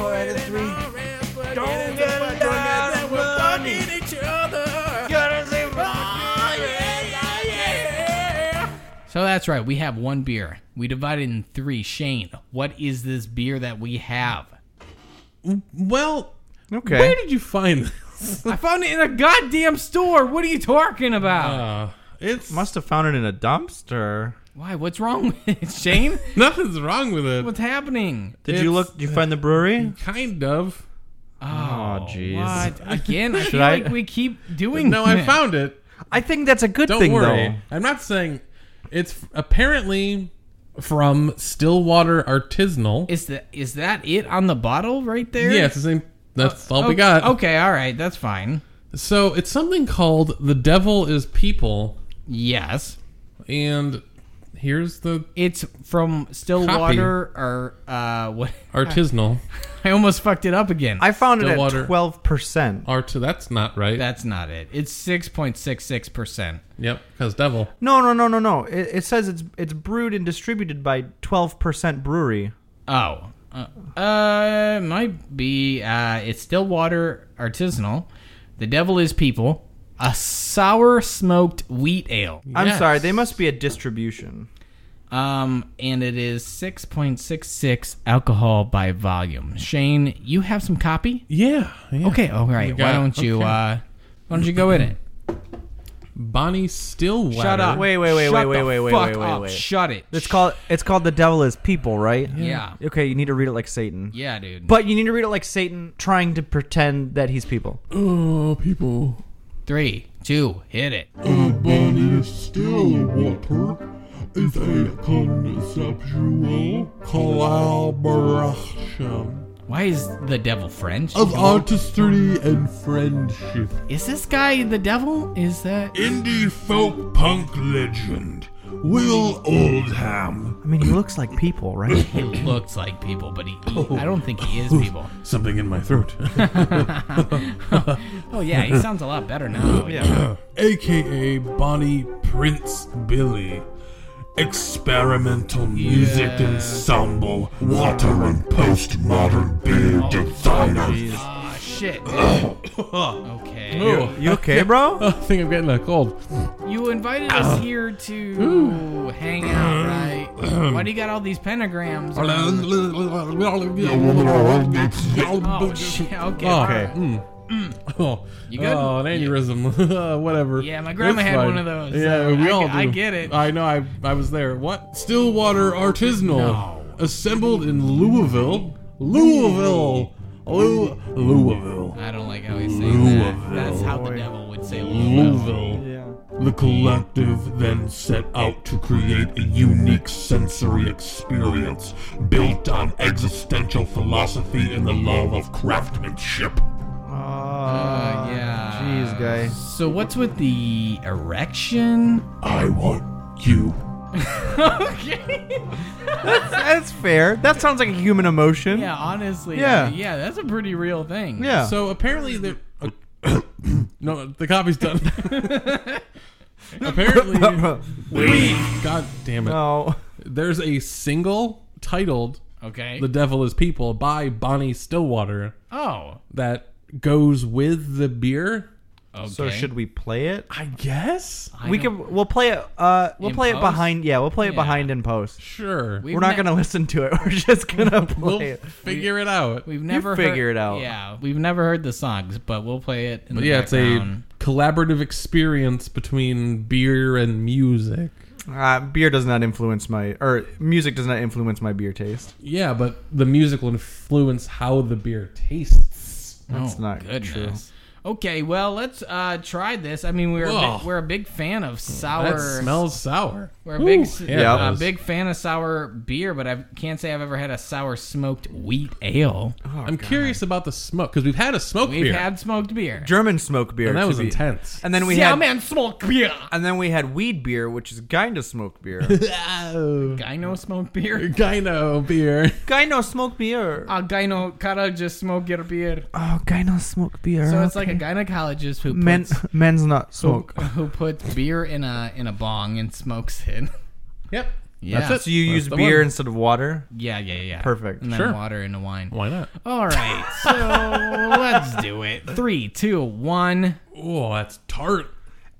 Speaker 3: So that's right. We have one beer. We divided in three. Shane, what is this beer that we have?
Speaker 2: Well,
Speaker 1: Okay.
Speaker 2: where did you find this?
Speaker 3: I found it in a goddamn store. What are you talking about?
Speaker 2: Uh, it's
Speaker 1: Must have found it in a dumpster.
Speaker 3: Why? What's wrong with it, Shane?
Speaker 2: nothing's wrong with it.
Speaker 3: What's happening?
Speaker 1: Did
Speaker 2: It's-
Speaker 1: you look? Did you find the brewery?
Speaker 2: Kind of.
Speaker 1: Oh, jeez.
Speaker 3: What? Again, I feel
Speaker 1: I-
Speaker 3: like we keep doing
Speaker 2: No, I
Speaker 3: this.
Speaker 2: found it.
Speaker 1: I think that's a good
Speaker 2: Don't
Speaker 1: thing,
Speaker 2: worry. I'm not saying it's f- apparently from Stillwater Artisanal.
Speaker 3: Is that is that it on the bottle right there?
Speaker 2: yeah, it's the same. That's all
Speaker 3: Oh,
Speaker 2: we got.
Speaker 3: Okay, all right, that's fine.
Speaker 2: So it's something called "The Devil Is People,"
Speaker 3: Yes,
Speaker 2: and here's the
Speaker 3: it's from Stillwater or uh, what?
Speaker 2: artisanal
Speaker 3: I almost fucked it up again.
Speaker 1: though. I found it
Speaker 2: Stillwater.
Speaker 1: at twelve percent.
Speaker 2: art. That's not right.
Speaker 3: That's not it. It's six point six six percent.
Speaker 2: yep, because devil.
Speaker 1: No, no, no, no, no. It, it says it's it's brewed and distributed by twelve percent brewery.
Speaker 3: Oh, uh, uh, might be. Uh, it's Stillwater artisanal. The devil is people. A sour smoked wheat ale.
Speaker 1: I'm
Speaker 2: Yes.
Speaker 1: sorry, they must be a distribution.
Speaker 3: Um, and it is 6.66 alcohol by volume. Shane, you have some copy?
Speaker 2: Yeah. yeah.
Speaker 3: Okay, all right.
Speaker 2: got
Speaker 3: Why
Speaker 2: it.
Speaker 3: don't you
Speaker 2: Okay.
Speaker 3: uh why don't you go in it?
Speaker 2: Bonnie Stillwater.
Speaker 3: Shut up.
Speaker 1: Wait, wait, wait,
Speaker 3: Shut
Speaker 1: wait, wait,
Speaker 3: the
Speaker 1: wait, wait,
Speaker 3: fuck
Speaker 1: wait, wait,
Speaker 3: up.
Speaker 1: wait.
Speaker 3: Shut it.
Speaker 1: It's called it's called the devil is people, right?
Speaker 3: Yeah.
Speaker 1: Okay, you need to read it like Satan.
Speaker 3: Yeah, dude.
Speaker 1: But you need to read it like Satan trying to pretend that he's people.
Speaker 2: Oh, people.
Speaker 3: Three, two, hit it.
Speaker 4: Bonnie Stillwater is a conceptual collaboration
Speaker 3: Why is the devil French?
Speaker 4: of artistry and friendship.
Speaker 3: Is this guy the devil? Is that
Speaker 4: Indie folk punk legend Will Oldham.
Speaker 1: I mean, he looks like people, right?
Speaker 3: he looks like people, but he, I don't think he is people.
Speaker 4: Something in my throat.
Speaker 3: Oh yeah, he sounds a lot better now. Yeah.
Speaker 4: AKA Bonnie Prince Billy. Experimental music
Speaker 2: Oh,
Speaker 4: ensemble, water and postmodern beer designers.
Speaker 3: Ah, shit. okay.
Speaker 2: Ooh.
Speaker 1: You okay, bro?
Speaker 3: Oh,
Speaker 2: I think I'm getting a cold.
Speaker 3: You invited us here to hang out, right? Why do you got all these pentagrams? around? Oh, shit. Okay. all
Speaker 2: Okay.
Speaker 3: right.
Speaker 2: Mm. Oh,
Speaker 3: You good?
Speaker 2: Oh, an aneurysm. Whatever.
Speaker 3: Yeah, my grandma
Speaker 2: It's
Speaker 3: had
Speaker 2: fine.
Speaker 3: one of those,
Speaker 2: Yeah,
Speaker 3: so
Speaker 2: we
Speaker 3: I
Speaker 2: all
Speaker 3: g-
Speaker 2: do.
Speaker 3: I get it.
Speaker 2: I know. I I was there. What? Stillwater Artisanal,
Speaker 3: No.
Speaker 2: assembled in Louisville, Louisville, Lou- Louisville,
Speaker 3: I don't like how he's saying that.
Speaker 4: Louisville.
Speaker 3: That's how the devil would say Louisville.
Speaker 4: Louisville.
Speaker 1: Yeah.
Speaker 4: The collective then set out to create a unique sensory experience built on existential philosophy and the love of craftsmanship.
Speaker 1: Uh,
Speaker 3: yeah.
Speaker 1: Jeez, guy.
Speaker 3: So what's with the erection?
Speaker 4: I want you.
Speaker 3: Okay.
Speaker 1: That's fair. That sounds like a human emotion.
Speaker 3: yeah, honestly.
Speaker 1: Yeah.
Speaker 3: Yeah, that's a pretty real thing.
Speaker 1: Yeah.
Speaker 2: So apparently there. uh, no, the copy's done. apparently, God damn it!
Speaker 1: no.
Speaker 2: There's a single titled
Speaker 3: Okay.
Speaker 2: "The Devil Is People" by Bonnie Stillwater
Speaker 3: oh.
Speaker 2: that goes with the beer.
Speaker 3: Okay.
Speaker 1: So should we play it?
Speaker 2: I guess.
Speaker 3: I
Speaker 1: we
Speaker 3: don't-
Speaker 1: can. We'll play it. Uh, we'll
Speaker 3: In
Speaker 1: play it
Speaker 3: post?
Speaker 1: behind. Yeah, we'll play it
Speaker 3: Yeah.
Speaker 1: behind in post.
Speaker 2: Sure.
Speaker 3: We've
Speaker 1: We're not
Speaker 3: ne-
Speaker 1: gonna listen to it. We're just gonna play
Speaker 2: we'll
Speaker 1: it.
Speaker 2: figure it out.
Speaker 3: We've never
Speaker 1: figure
Speaker 3: heard,
Speaker 1: it out.
Speaker 3: Yeah, we've never heard the songs, but we'll play it. In
Speaker 2: But
Speaker 3: the
Speaker 2: yeah, it's a
Speaker 3: background.
Speaker 2: collaborative experience between beer and music.
Speaker 1: Uh, beer does not influence my, or music does not influence my beer taste.
Speaker 2: Yeah, but the music will influence how the beer tastes.
Speaker 1: That's not
Speaker 3: true. Oh, Okay, well let's uh, try this. I mean, we're a
Speaker 2: Whoa.
Speaker 3: big, we're a big fan of sour.
Speaker 2: That smells sour.
Speaker 3: We're a big s-
Speaker 2: yeah,
Speaker 1: Yeah.
Speaker 2: it
Speaker 3: a
Speaker 2: does.
Speaker 3: big fan of sour beer, but I can't say I've ever had a sour smoked wheat ale.
Speaker 1: Oh,
Speaker 2: I'm curious about the smoke because we've had a smoke
Speaker 3: Oh, We've
Speaker 2: beer
Speaker 3: had smoked beer.
Speaker 1: German smoke beer.
Speaker 2: and that
Speaker 1: to
Speaker 2: was
Speaker 1: be-
Speaker 2: intense.
Speaker 1: And then we
Speaker 3: yeah,
Speaker 1: had,
Speaker 3: man, smoked beer.
Speaker 1: and then we had weed beer, which is kind of smoked beer. Uh,
Speaker 2: Gyno
Speaker 3: Gyno smoked beer.
Speaker 2: beer.
Speaker 1: kind of smoked beer.
Speaker 3: A gyno just smoke your beer.
Speaker 1: Oh, kind of smoked beer.
Speaker 3: So it's like a gynecologist who puts
Speaker 1: men. Men's not smoke.
Speaker 3: who puts beer in a in a bong and smokes it.
Speaker 2: Yep.
Speaker 3: Yeah.
Speaker 2: That's it.
Speaker 1: So you
Speaker 2: That's
Speaker 1: use
Speaker 2: the
Speaker 1: beer
Speaker 2: one.
Speaker 1: instead of water.
Speaker 3: Yeah, yeah, yeah.
Speaker 1: Perfect.
Speaker 3: And then
Speaker 2: Sure.
Speaker 3: water into wine.
Speaker 2: Why not?
Speaker 3: All right, so let's do it. Three, two, one.
Speaker 2: Oh, that's tart.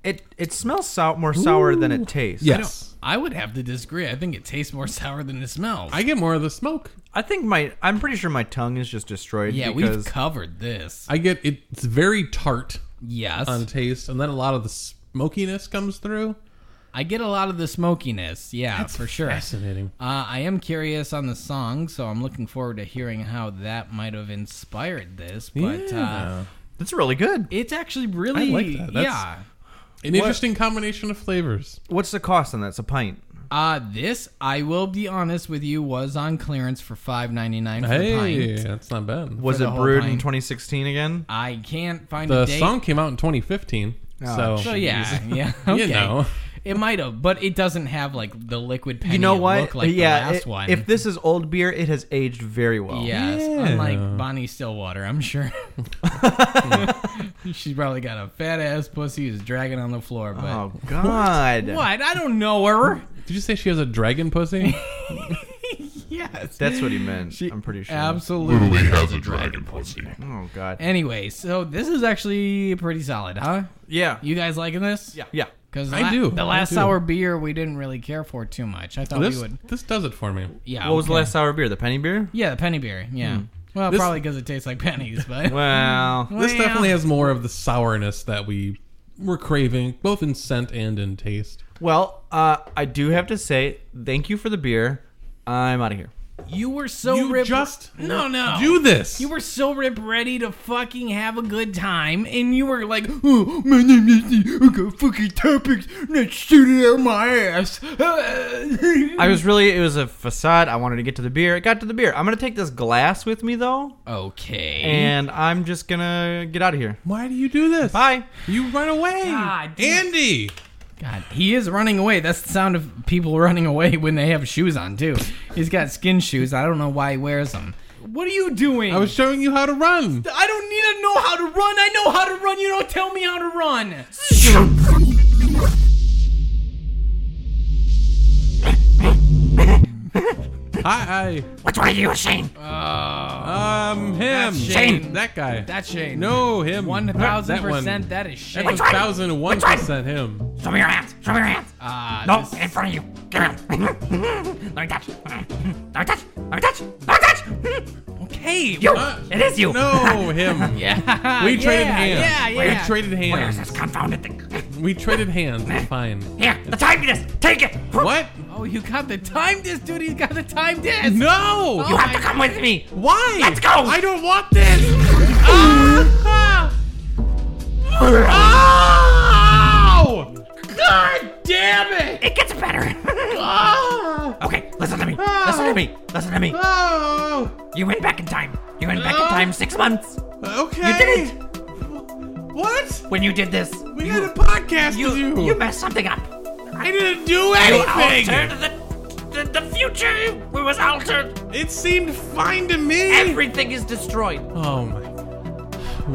Speaker 1: It it smells sou- more sour than it tastes.
Speaker 2: Yes.
Speaker 3: I would have to disagree. I think it tastes more sour than it smells.
Speaker 2: I, get more of the smoke.
Speaker 1: I think my I'm pretty sure my tongue is just destroyed.
Speaker 3: yeah, we've
Speaker 1: because
Speaker 3: covered this.
Speaker 2: I get it's very tart
Speaker 3: Yes,
Speaker 2: on taste, and then a lot of the smokiness comes through.
Speaker 3: I get a lot of the smokiness. Yeah, for sure.
Speaker 2: Fascinating.
Speaker 3: Uh, I am curious on the song, so I'm looking forward to hearing how that might have inspired this. But uh,
Speaker 2: Yeah.
Speaker 1: it's really good.
Speaker 3: it's actually really,
Speaker 2: like that. That's-
Speaker 3: yeah.
Speaker 2: An interesting combination of flavors.
Speaker 1: What's the cost on that? It's a pint.
Speaker 3: Uh, this I will be honest with you was on clearance for five ninety nine for the
Speaker 2: Hey,
Speaker 3: pint.
Speaker 2: that's not bad.
Speaker 1: Was
Speaker 3: the
Speaker 1: it
Speaker 3: whole
Speaker 1: brewed in
Speaker 3: pint.
Speaker 1: 2016 again?
Speaker 3: I can't find
Speaker 2: the
Speaker 3: a date.
Speaker 2: song came out in 2015, so
Speaker 3: so yeah, yeah, okay.
Speaker 2: You know.
Speaker 3: It might have, but it doesn't have like the liquid penny.
Speaker 1: You know
Speaker 3: it
Speaker 1: what?
Speaker 3: looked like
Speaker 1: yeah,
Speaker 3: the last
Speaker 1: it-
Speaker 3: one.
Speaker 1: if this is old beer, it has aged very well.
Speaker 3: yes,
Speaker 2: Yeah.
Speaker 3: unlike Bonnie Stillwater, I'm sure. She's probably got a fat ass pussy who's dragging on the floor. But
Speaker 1: Oh God.
Speaker 3: what? I don't know her.
Speaker 2: did you say she has a dragon pussy?
Speaker 3: yes,
Speaker 1: That's what he meant. I'm pretty sure.
Speaker 3: absolutely.
Speaker 4: has a dragon pussy.
Speaker 1: oh God.
Speaker 3: Anyway, so this is actually pretty solid, huh?
Speaker 1: Yeah.
Speaker 3: You guys liking this?
Speaker 1: yeah. Yeah.
Speaker 3: Because
Speaker 2: I do,
Speaker 3: The
Speaker 2: I
Speaker 3: last
Speaker 2: do.
Speaker 3: hour beer we didn't really care for too much. I thought
Speaker 2: this,
Speaker 3: we would.
Speaker 2: this does it for me.
Speaker 3: Yeah.
Speaker 1: What was the
Speaker 3: okay.
Speaker 1: last sour beer? The penny beer?
Speaker 3: Yeah, the penny beer. Yeah. Well, probably 'cause
Speaker 2: This-
Speaker 3: probably because it tastes like pennies, but
Speaker 1: Well,
Speaker 2: This
Speaker 3: Well.
Speaker 2: definitely has more of the sourness that we were craving, both in scent and in taste.
Speaker 1: well, uh, I do have to say thank you for the beer. I'm out of here.
Speaker 3: you were so
Speaker 2: You
Speaker 3: rip-
Speaker 2: just
Speaker 3: no no
Speaker 2: Do this.
Speaker 3: Oh. You were so rip ready to fucking have a good time, and you were like, "Oh, my name is I got fucking topics. Let's shoot it out my ass."
Speaker 1: I was really it was a facade. I wanted to get to the beer. It got to the beer. I'm gonna take this glass with me though,
Speaker 3: Mm-hmm. okay.
Speaker 1: and I'm just gonna get out of here.
Speaker 2: Why do you do this?
Speaker 1: Bye.
Speaker 2: You run away,
Speaker 3: God damn.
Speaker 2: Andy.
Speaker 3: God, he is running away. That's the sound of people running away when they have shoes on too. He's got skin shoes. I don't know why he wears them. What are you doing?
Speaker 2: I was showing you how to run.
Speaker 3: I don't need to know how to run. I know how to run. You don't tell me how to run.
Speaker 2: I,
Speaker 5: Which one are you, Shane?
Speaker 3: Uh,
Speaker 2: I, um, him.
Speaker 3: That's Shane.
Speaker 2: That guy.
Speaker 3: that's Shane.
Speaker 2: no, him.
Speaker 3: One thousand
Speaker 2: That one.
Speaker 3: percent. That is Shane.
Speaker 2: That's a thousand and one percent him.
Speaker 5: Show me your hands. Show me your hands.
Speaker 3: Uh,
Speaker 5: no,
Speaker 3: this-
Speaker 5: in front of you. Give me them. Let me touch. Let me touch. Let me touch. Let me touch.
Speaker 3: Okay.
Speaker 5: You.
Speaker 2: Uh,
Speaker 5: it is you.
Speaker 2: No, him.
Speaker 3: Yeah.
Speaker 2: We traded
Speaker 3: yeah,
Speaker 2: hands.
Speaker 3: Yeah, yeah.
Speaker 2: We traded
Speaker 5: Where is
Speaker 2: hands.
Speaker 5: this confounded thing?
Speaker 2: We traded hands. It's fine.
Speaker 5: Here, the timeliness. Take it.
Speaker 2: What?
Speaker 3: oh, you got the time disc, dude. He's got the time disc.
Speaker 2: No.
Speaker 3: Oh.
Speaker 5: You have to come with me.
Speaker 2: Why?
Speaker 5: Let's go.
Speaker 2: I don't want this. Ah! Ow!
Speaker 3: God damn it.
Speaker 5: It gets better.
Speaker 2: Ah!
Speaker 5: okay, listen to me. Listen to me. Listen to me.
Speaker 2: Oh!
Speaker 5: You went back in time. You went back in
Speaker 2: Uh.
Speaker 5: time six months.
Speaker 2: Okay.
Speaker 5: You did it.
Speaker 2: What?
Speaker 5: When you did this,
Speaker 2: We
Speaker 5: you,
Speaker 2: had a podcast
Speaker 5: you,
Speaker 2: with you.
Speaker 5: you messed something up.
Speaker 2: I didn't do
Speaker 5: You
Speaker 2: anything.
Speaker 5: altered the, the, the future. It was altered.
Speaker 2: It seemed fine to me.
Speaker 5: Everything is destroyed.
Speaker 2: oh my!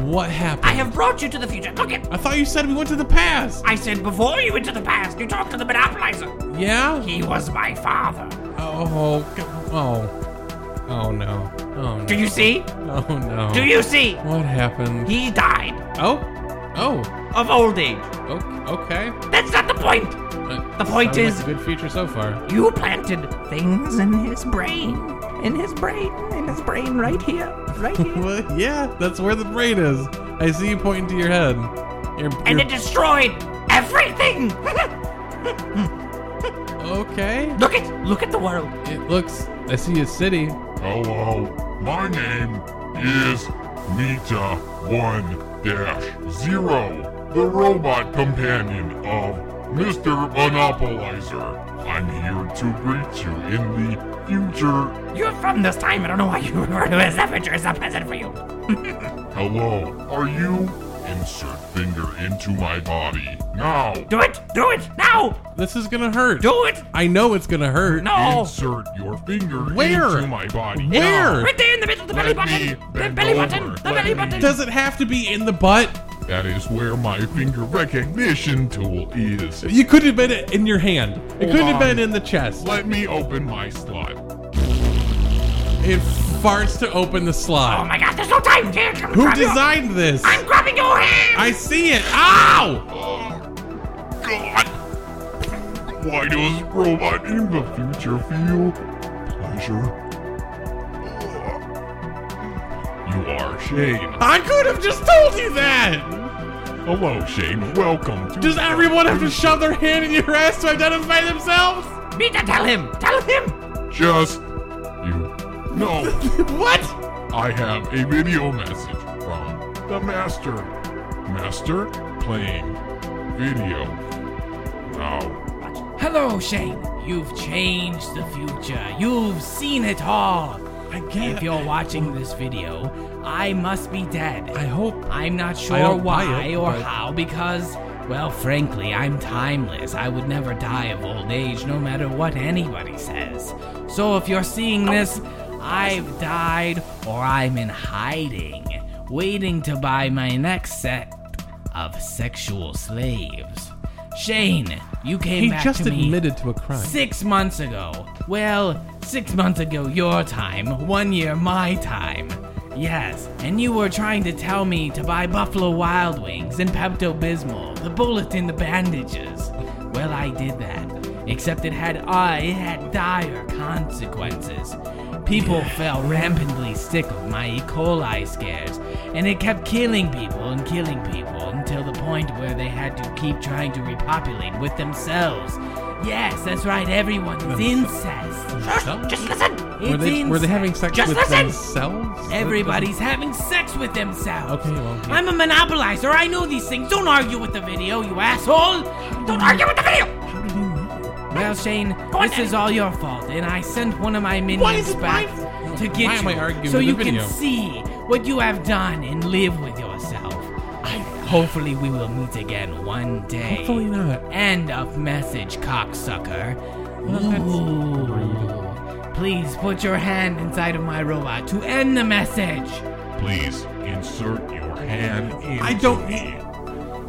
Speaker 2: What happened?
Speaker 5: I have brought you to the future. Look at.
Speaker 2: I thought you said we went to the past.
Speaker 5: I said before you went to the past, you talked to the monopolizer.
Speaker 2: Yeah.
Speaker 5: He was my father.
Speaker 2: Oh, g- oh, oh no, oh no,
Speaker 5: Do you see?
Speaker 2: oh no.
Speaker 5: Do you see?
Speaker 2: What happened?
Speaker 5: He died
Speaker 2: Oh, oh,
Speaker 5: of old age.
Speaker 2: o- okay.
Speaker 5: That's not the point.
Speaker 2: Uh,
Speaker 5: The point
Speaker 2: sounded like
Speaker 5: is-
Speaker 2: a good future so far.
Speaker 5: You planted things in his brain. In his brain. In his brain right here. Right here.
Speaker 2: Well, yeah, that's where the brain is. I see you pointing to your head. Your,
Speaker 5: and
Speaker 2: your-
Speaker 5: it destroyed everything.
Speaker 2: okay.
Speaker 5: look at look at the world.
Speaker 2: It looks. I see a city.
Speaker 4: Hello, my name is Nita 1 0, the robot companion of Mr. Monopolizer. I'm here to greet you in the future.
Speaker 5: You're from this time. I don't know why you refer to it as that picture. It's not present for you.
Speaker 4: Hello, are you? Insert finger into my body now.
Speaker 5: Do it. Do it now.
Speaker 2: This is gonna hurt.
Speaker 5: Do it.
Speaker 2: I know it's gonna hurt.
Speaker 5: No.
Speaker 4: Insert your finger
Speaker 2: Where?
Speaker 4: into my body.
Speaker 2: Where?
Speaker 5: Right there in the middle. The belly
Speaker 4: Let
Speaker 5: button.
Speaker 4: me
Speaker 5: The
Speaker 4: bend
Speaker 5: belly
Speaker 4: over.
Speaker 5: button. The
Speaker 4: Let
Speaker 5: belly
Speaker 4: me-
Speaker 5: button.
Speaker 2: Does it have to be in the butt?
Speaker 4: That is where my finger recognition tool is.
Speaker 2: You could have been in your hand. It
Speaker 4: Hold
Speaker 2: could have
Speaker 4: on.
Speaker 2: been in the chest.
Speaker 4: Let me open my slot.
Speaker 2: It farts to open the slot.
Speaker 5: Oh my God. There's no time. Here, come
Speaker 2: Who
Speaker 5: grab your-
Speaker 2: designed this?
Speaker 5: I'm grabbing your hand.
Speaker 2: I see it. Ow!
Speaker 4: Oh, God. Why does robot in the future feel pleasure? Uh, You are Shane.
Speaker 2: I could have just told you that.
Speaker 4: Hello, Shane. Welcome to.
Speaker 2: Does everyone have to shove their hand in your ass to identify themselves?
Speaker 5: Me to tell him. Tell him.
Speaker 4: Just. You. No.
Speaker 2: What?
Speaker 4: I have a video message from the master. Master playing video. Now,
Speaker 3: Hello, Shane. You've changed the future. You've seen it all.
Speaker 2: I
Speaker 3: If you're watching this video, I must be dead.
Speaker 2: I hope.
Speaker 3: I'm not sure
Speaker 2: don't buy
Speaker 3: why
Speaker 2: it,
Speaker 3: or
Speaker 2: but-
Speaker 3: how because, well, frankly, I'm timeless. I would never die of old age, no matter what anybody says. So if you're seeing this, I've died or I'm in hiding, waiting to buy my next set of sexual slaves. Shane, you came
Speaker 2: He
Speaker 3: back
Speaker 2: just
Speaker 3: to me.
Speaker 2: admitted to a crime.
Speaker 3: Six months ago. Well, six months ago your time, one year my time. Yes, and you were trying to tell me to buy Buffalo Wild Wings and Pepto Bismol, the bullet in the bandages. Well, I did that, except it had uh, it had dire consequences. People fell rampantly sick of my E. coli scares, and it kept killing people and killing people until the point where they had to keep trying to repopulate with themselves. Yes, that's right, everyone. It's incest.
Speaker 2: Themselves?
Speaker 5: Just listen.
Speaker 3: It's
Speaker 2: Were they, were they
Speaker 3: incest.
Speaker 2: having sex
Speaker 5: Just
Speaker 2: with
Speaker 5: listen.
Speaker 2: themselves?
Speaker 3: Everybody's having sex with themselves.
Speaker 2: Okay, well, yeah.
Speaker 3: I'm a monopolizer. I know these things. Don't argue with the video, you asshole.
Speaker 5: Don't argue with the video.
Speaker 2: How did he know?
Speaker 3: Well, Shane,
Speaker 5: Go on,
Speaker 3: this
Speaker 5: Daddy.
Speaker 3: is all your fault, and I sent one of my minions
Speaker 2: is it
Speaker 3: back
Speaker 2: my-
Speaker 3: to get
Speaker 2: Why
Speaker 3: you,
Speaker 2: am I arguing
Speaker 3: so
Speaker 2: with
Speaker 3: you
Speaker 2: the
Speaker 3: can
Speaker 2: video?
Speaker 3: see what you have done and live with yourself. I, hopefully, we will meet again one day.
Speaker 2: Hopefully not.
Speaker 3: End of message, cocksucker. Ooh. Please put your hand inside of my robot to end the message.
Speaker 4: please insert your hand in.
Speaker 2: I don't-
Speaker 4: Me.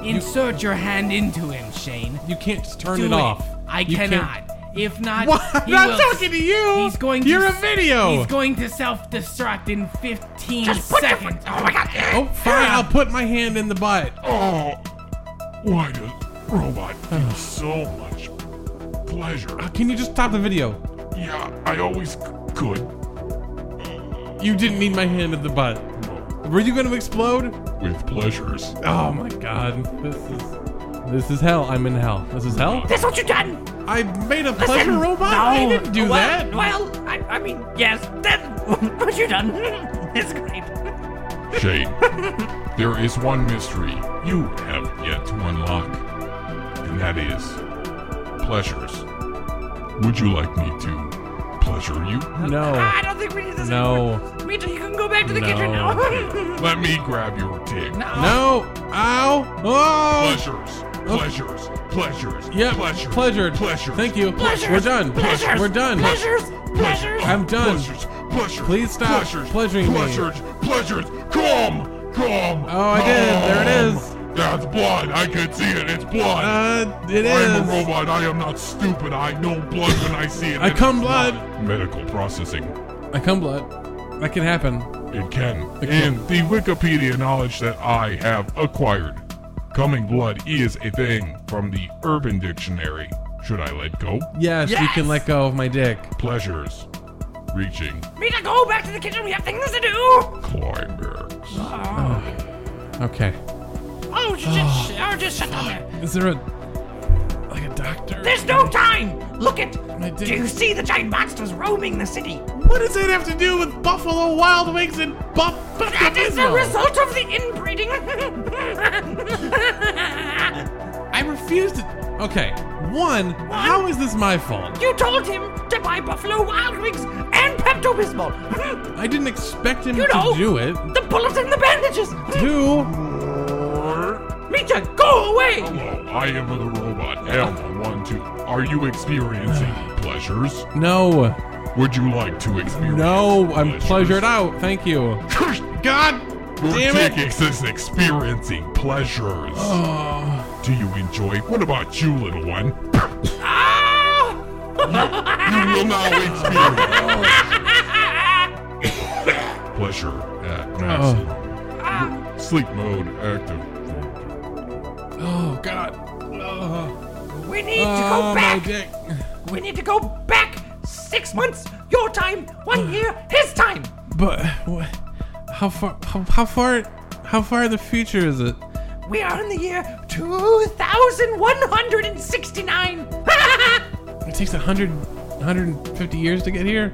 Speaker 3: Insert your hand into him, Shane.
Speaker 2: You can't just turn
Speaker 3: Do
Speaker 2: it,
Speaker 3: it.
Speaker 2: off.
Speaker 3: I
Speaker 2: You can't-
Speaker 3: cannot. If not,
Speaker 2: What?
Speaker 3: he
Speaker 2: I'm
Speaker 3: will-
Speaker 2: not talking to you.
Speaker 3: He's going.
Speaker 2: You're
Speaker 3: to,
Speaker 2: a video.
Speaker 3: He's going to self-destruct in 15 seconds.
Speaker 5: Oh my god.
Speaker 2: Oh, fine.
Speaker 3: Ah.
Speaker 2: I'll put my hand in the butt.
Speaker 4: Oh, why does robot give so much pleasure?
Speaker 2: Can you just stop the video?
Speaker 4: Yeah, I always c- could
Speaker 2: You didn't need my hand in the butt. Were you gonna explode?
Speaker 4: with pleasures.
Speaker 2: Oh my god. This is this is hell. I'm in hell. This is hell.
Speaker 5: That's what you done.
Speaker 2: I made a pleasure robot. I
Speaker 5: No.
Speaker 2: didn't do
Speaker 5: well,
Speaker 2: that.
Speaker 5: Well, I, I mean, yes, that's what you done. It's great.
Speaker 4: Shane, there is one mystery you have yet to unlock, and that is pleasures. Would you like me to pleasure you?
Speaker 5: Ah, I
Speaker 2: No.
Speaker 5: don't think we need this.
Speaker 2: No.
Speaker 5: anymore. Mita, you can go back to the
Speaker 2: No.
Speaker 5: kitchen now.
Speaker 4: Let me grab your dick.
Speaker 2: No. Ow. Oh.
Speaker 4: Pleasures, pleasures, pleasures.
Speaker 2: Yep.
Speaker 4: Pleasures,
Speaker 2: Pleasured.
Speaker 4: Pleasures.
Speaker 2: Thank you.
Speaker 5: Pleasures.
Speaker 2: We're done.
Speaker 5: Pleasures.
Speaker 2: We're done.
Speaker 5: Pleasures. Pleasures.
Speaker 2: I'm done.
Speaker 4: Pleasures, pleasures,
Speaker 2: Please stop
Speaker 4: pleasures,
Speaker 2: pleasuring me.
Speaker 4: pleasures, Pleasures, Come, come.
Speaker 2: Oh, I did. There it is.
Speaker 4: That's blood. I can see it. It's blood.
Speaker 2: Uh, it
Speaker 4: I'm a
Speaker 2: is.
Speaker 4: robot. I am not stupid. I know blood when I see it.
Speaker 2: I
Speaker 4: and
Speaker 2: come
Speaker 4: it's
Speaker 2: blood.
Speaker 4: not Medical processing.
Speaker 2: I come blood. That can happen.
Speaker 4: It can.
Speaker 2: It
Speaker 4: In
Speaker 2: can.
Speaker 4: the Wikipedia knowledge that I have acquired, coming blood is a thing from the Urban Dictionary. Should I let go?
Speaker 2: Yes, you can
Speaker 5: Yes.
Speaker 2: let go of my dick.
Speaker 4: Pleasures. Reaching
Speaker 5: Mita, go back to the kitchen. We have things to do.
Speaker 4: climax.
Speaker 2: Oh. Okay.
Speaker 5: Oh, just, just, oh, just shut down there.
Speaker 2: Is there a like a doctor?
Speaker 5: There's no time. Look at.
Speaker 2: did-
Speaker 5: Do you see the giant monsters roaming the city?
Speaker 2: What does that have to do with Buffalo Wild Wings and Buff?
Speaker 5: That is the
Speaker 2: Buffalo?
Speaker 5: result of the inbreeding.
Speaker 2: I refuse to. Okay. One, how is this my fault?
Speaker 5: you told him to buy Buffalo Wild Wings and Pepto Bismol.
Speaker 2: I didn't expect him
Speaker 5: You know,
Speaker 2: to do it.
Speaker 5: The bullets and the bandages.
Speaker 2: Two,
Speaker 5: Mita, go away.
Speaker 4: Hello, I am the robot Alpha12. Are you experiencing pleasures?
Speaker 2: no,
Speaker 4: Would you like to experience
Speaker 2: no, I'm
Speaker 4: pleasures?
Speaker 2: pleasured out. Thank you. God
Speaker 4: We're
Speaker 2: damn it.
Speaker 4: taking this experiencing pleasures.
Speaker 2: Oh,
Speaker 4: Do you enjoy? What about you, little one? you,
Speaker 5: Ah,
Speaker 4: you will now experience pleasure at maximum.
Speaker 5: Oh.
Speaker 4: Sleep mode active.
Speaker 2: oh God. Oh,
Speaker 5: We need to
Speaker 2: oh,
Speaker 5: go
Speaker 2: my
Speaker 5: back.
Speaker 2: dick.
Speaker 5: We need to go back six months, your time, one year, his time.
Speaker 2: But what? How far? How, how far? How far in the future is it?
Speaker 5: We are in the year 2169.
Speaker 2: It takes 100, 150 years to get here.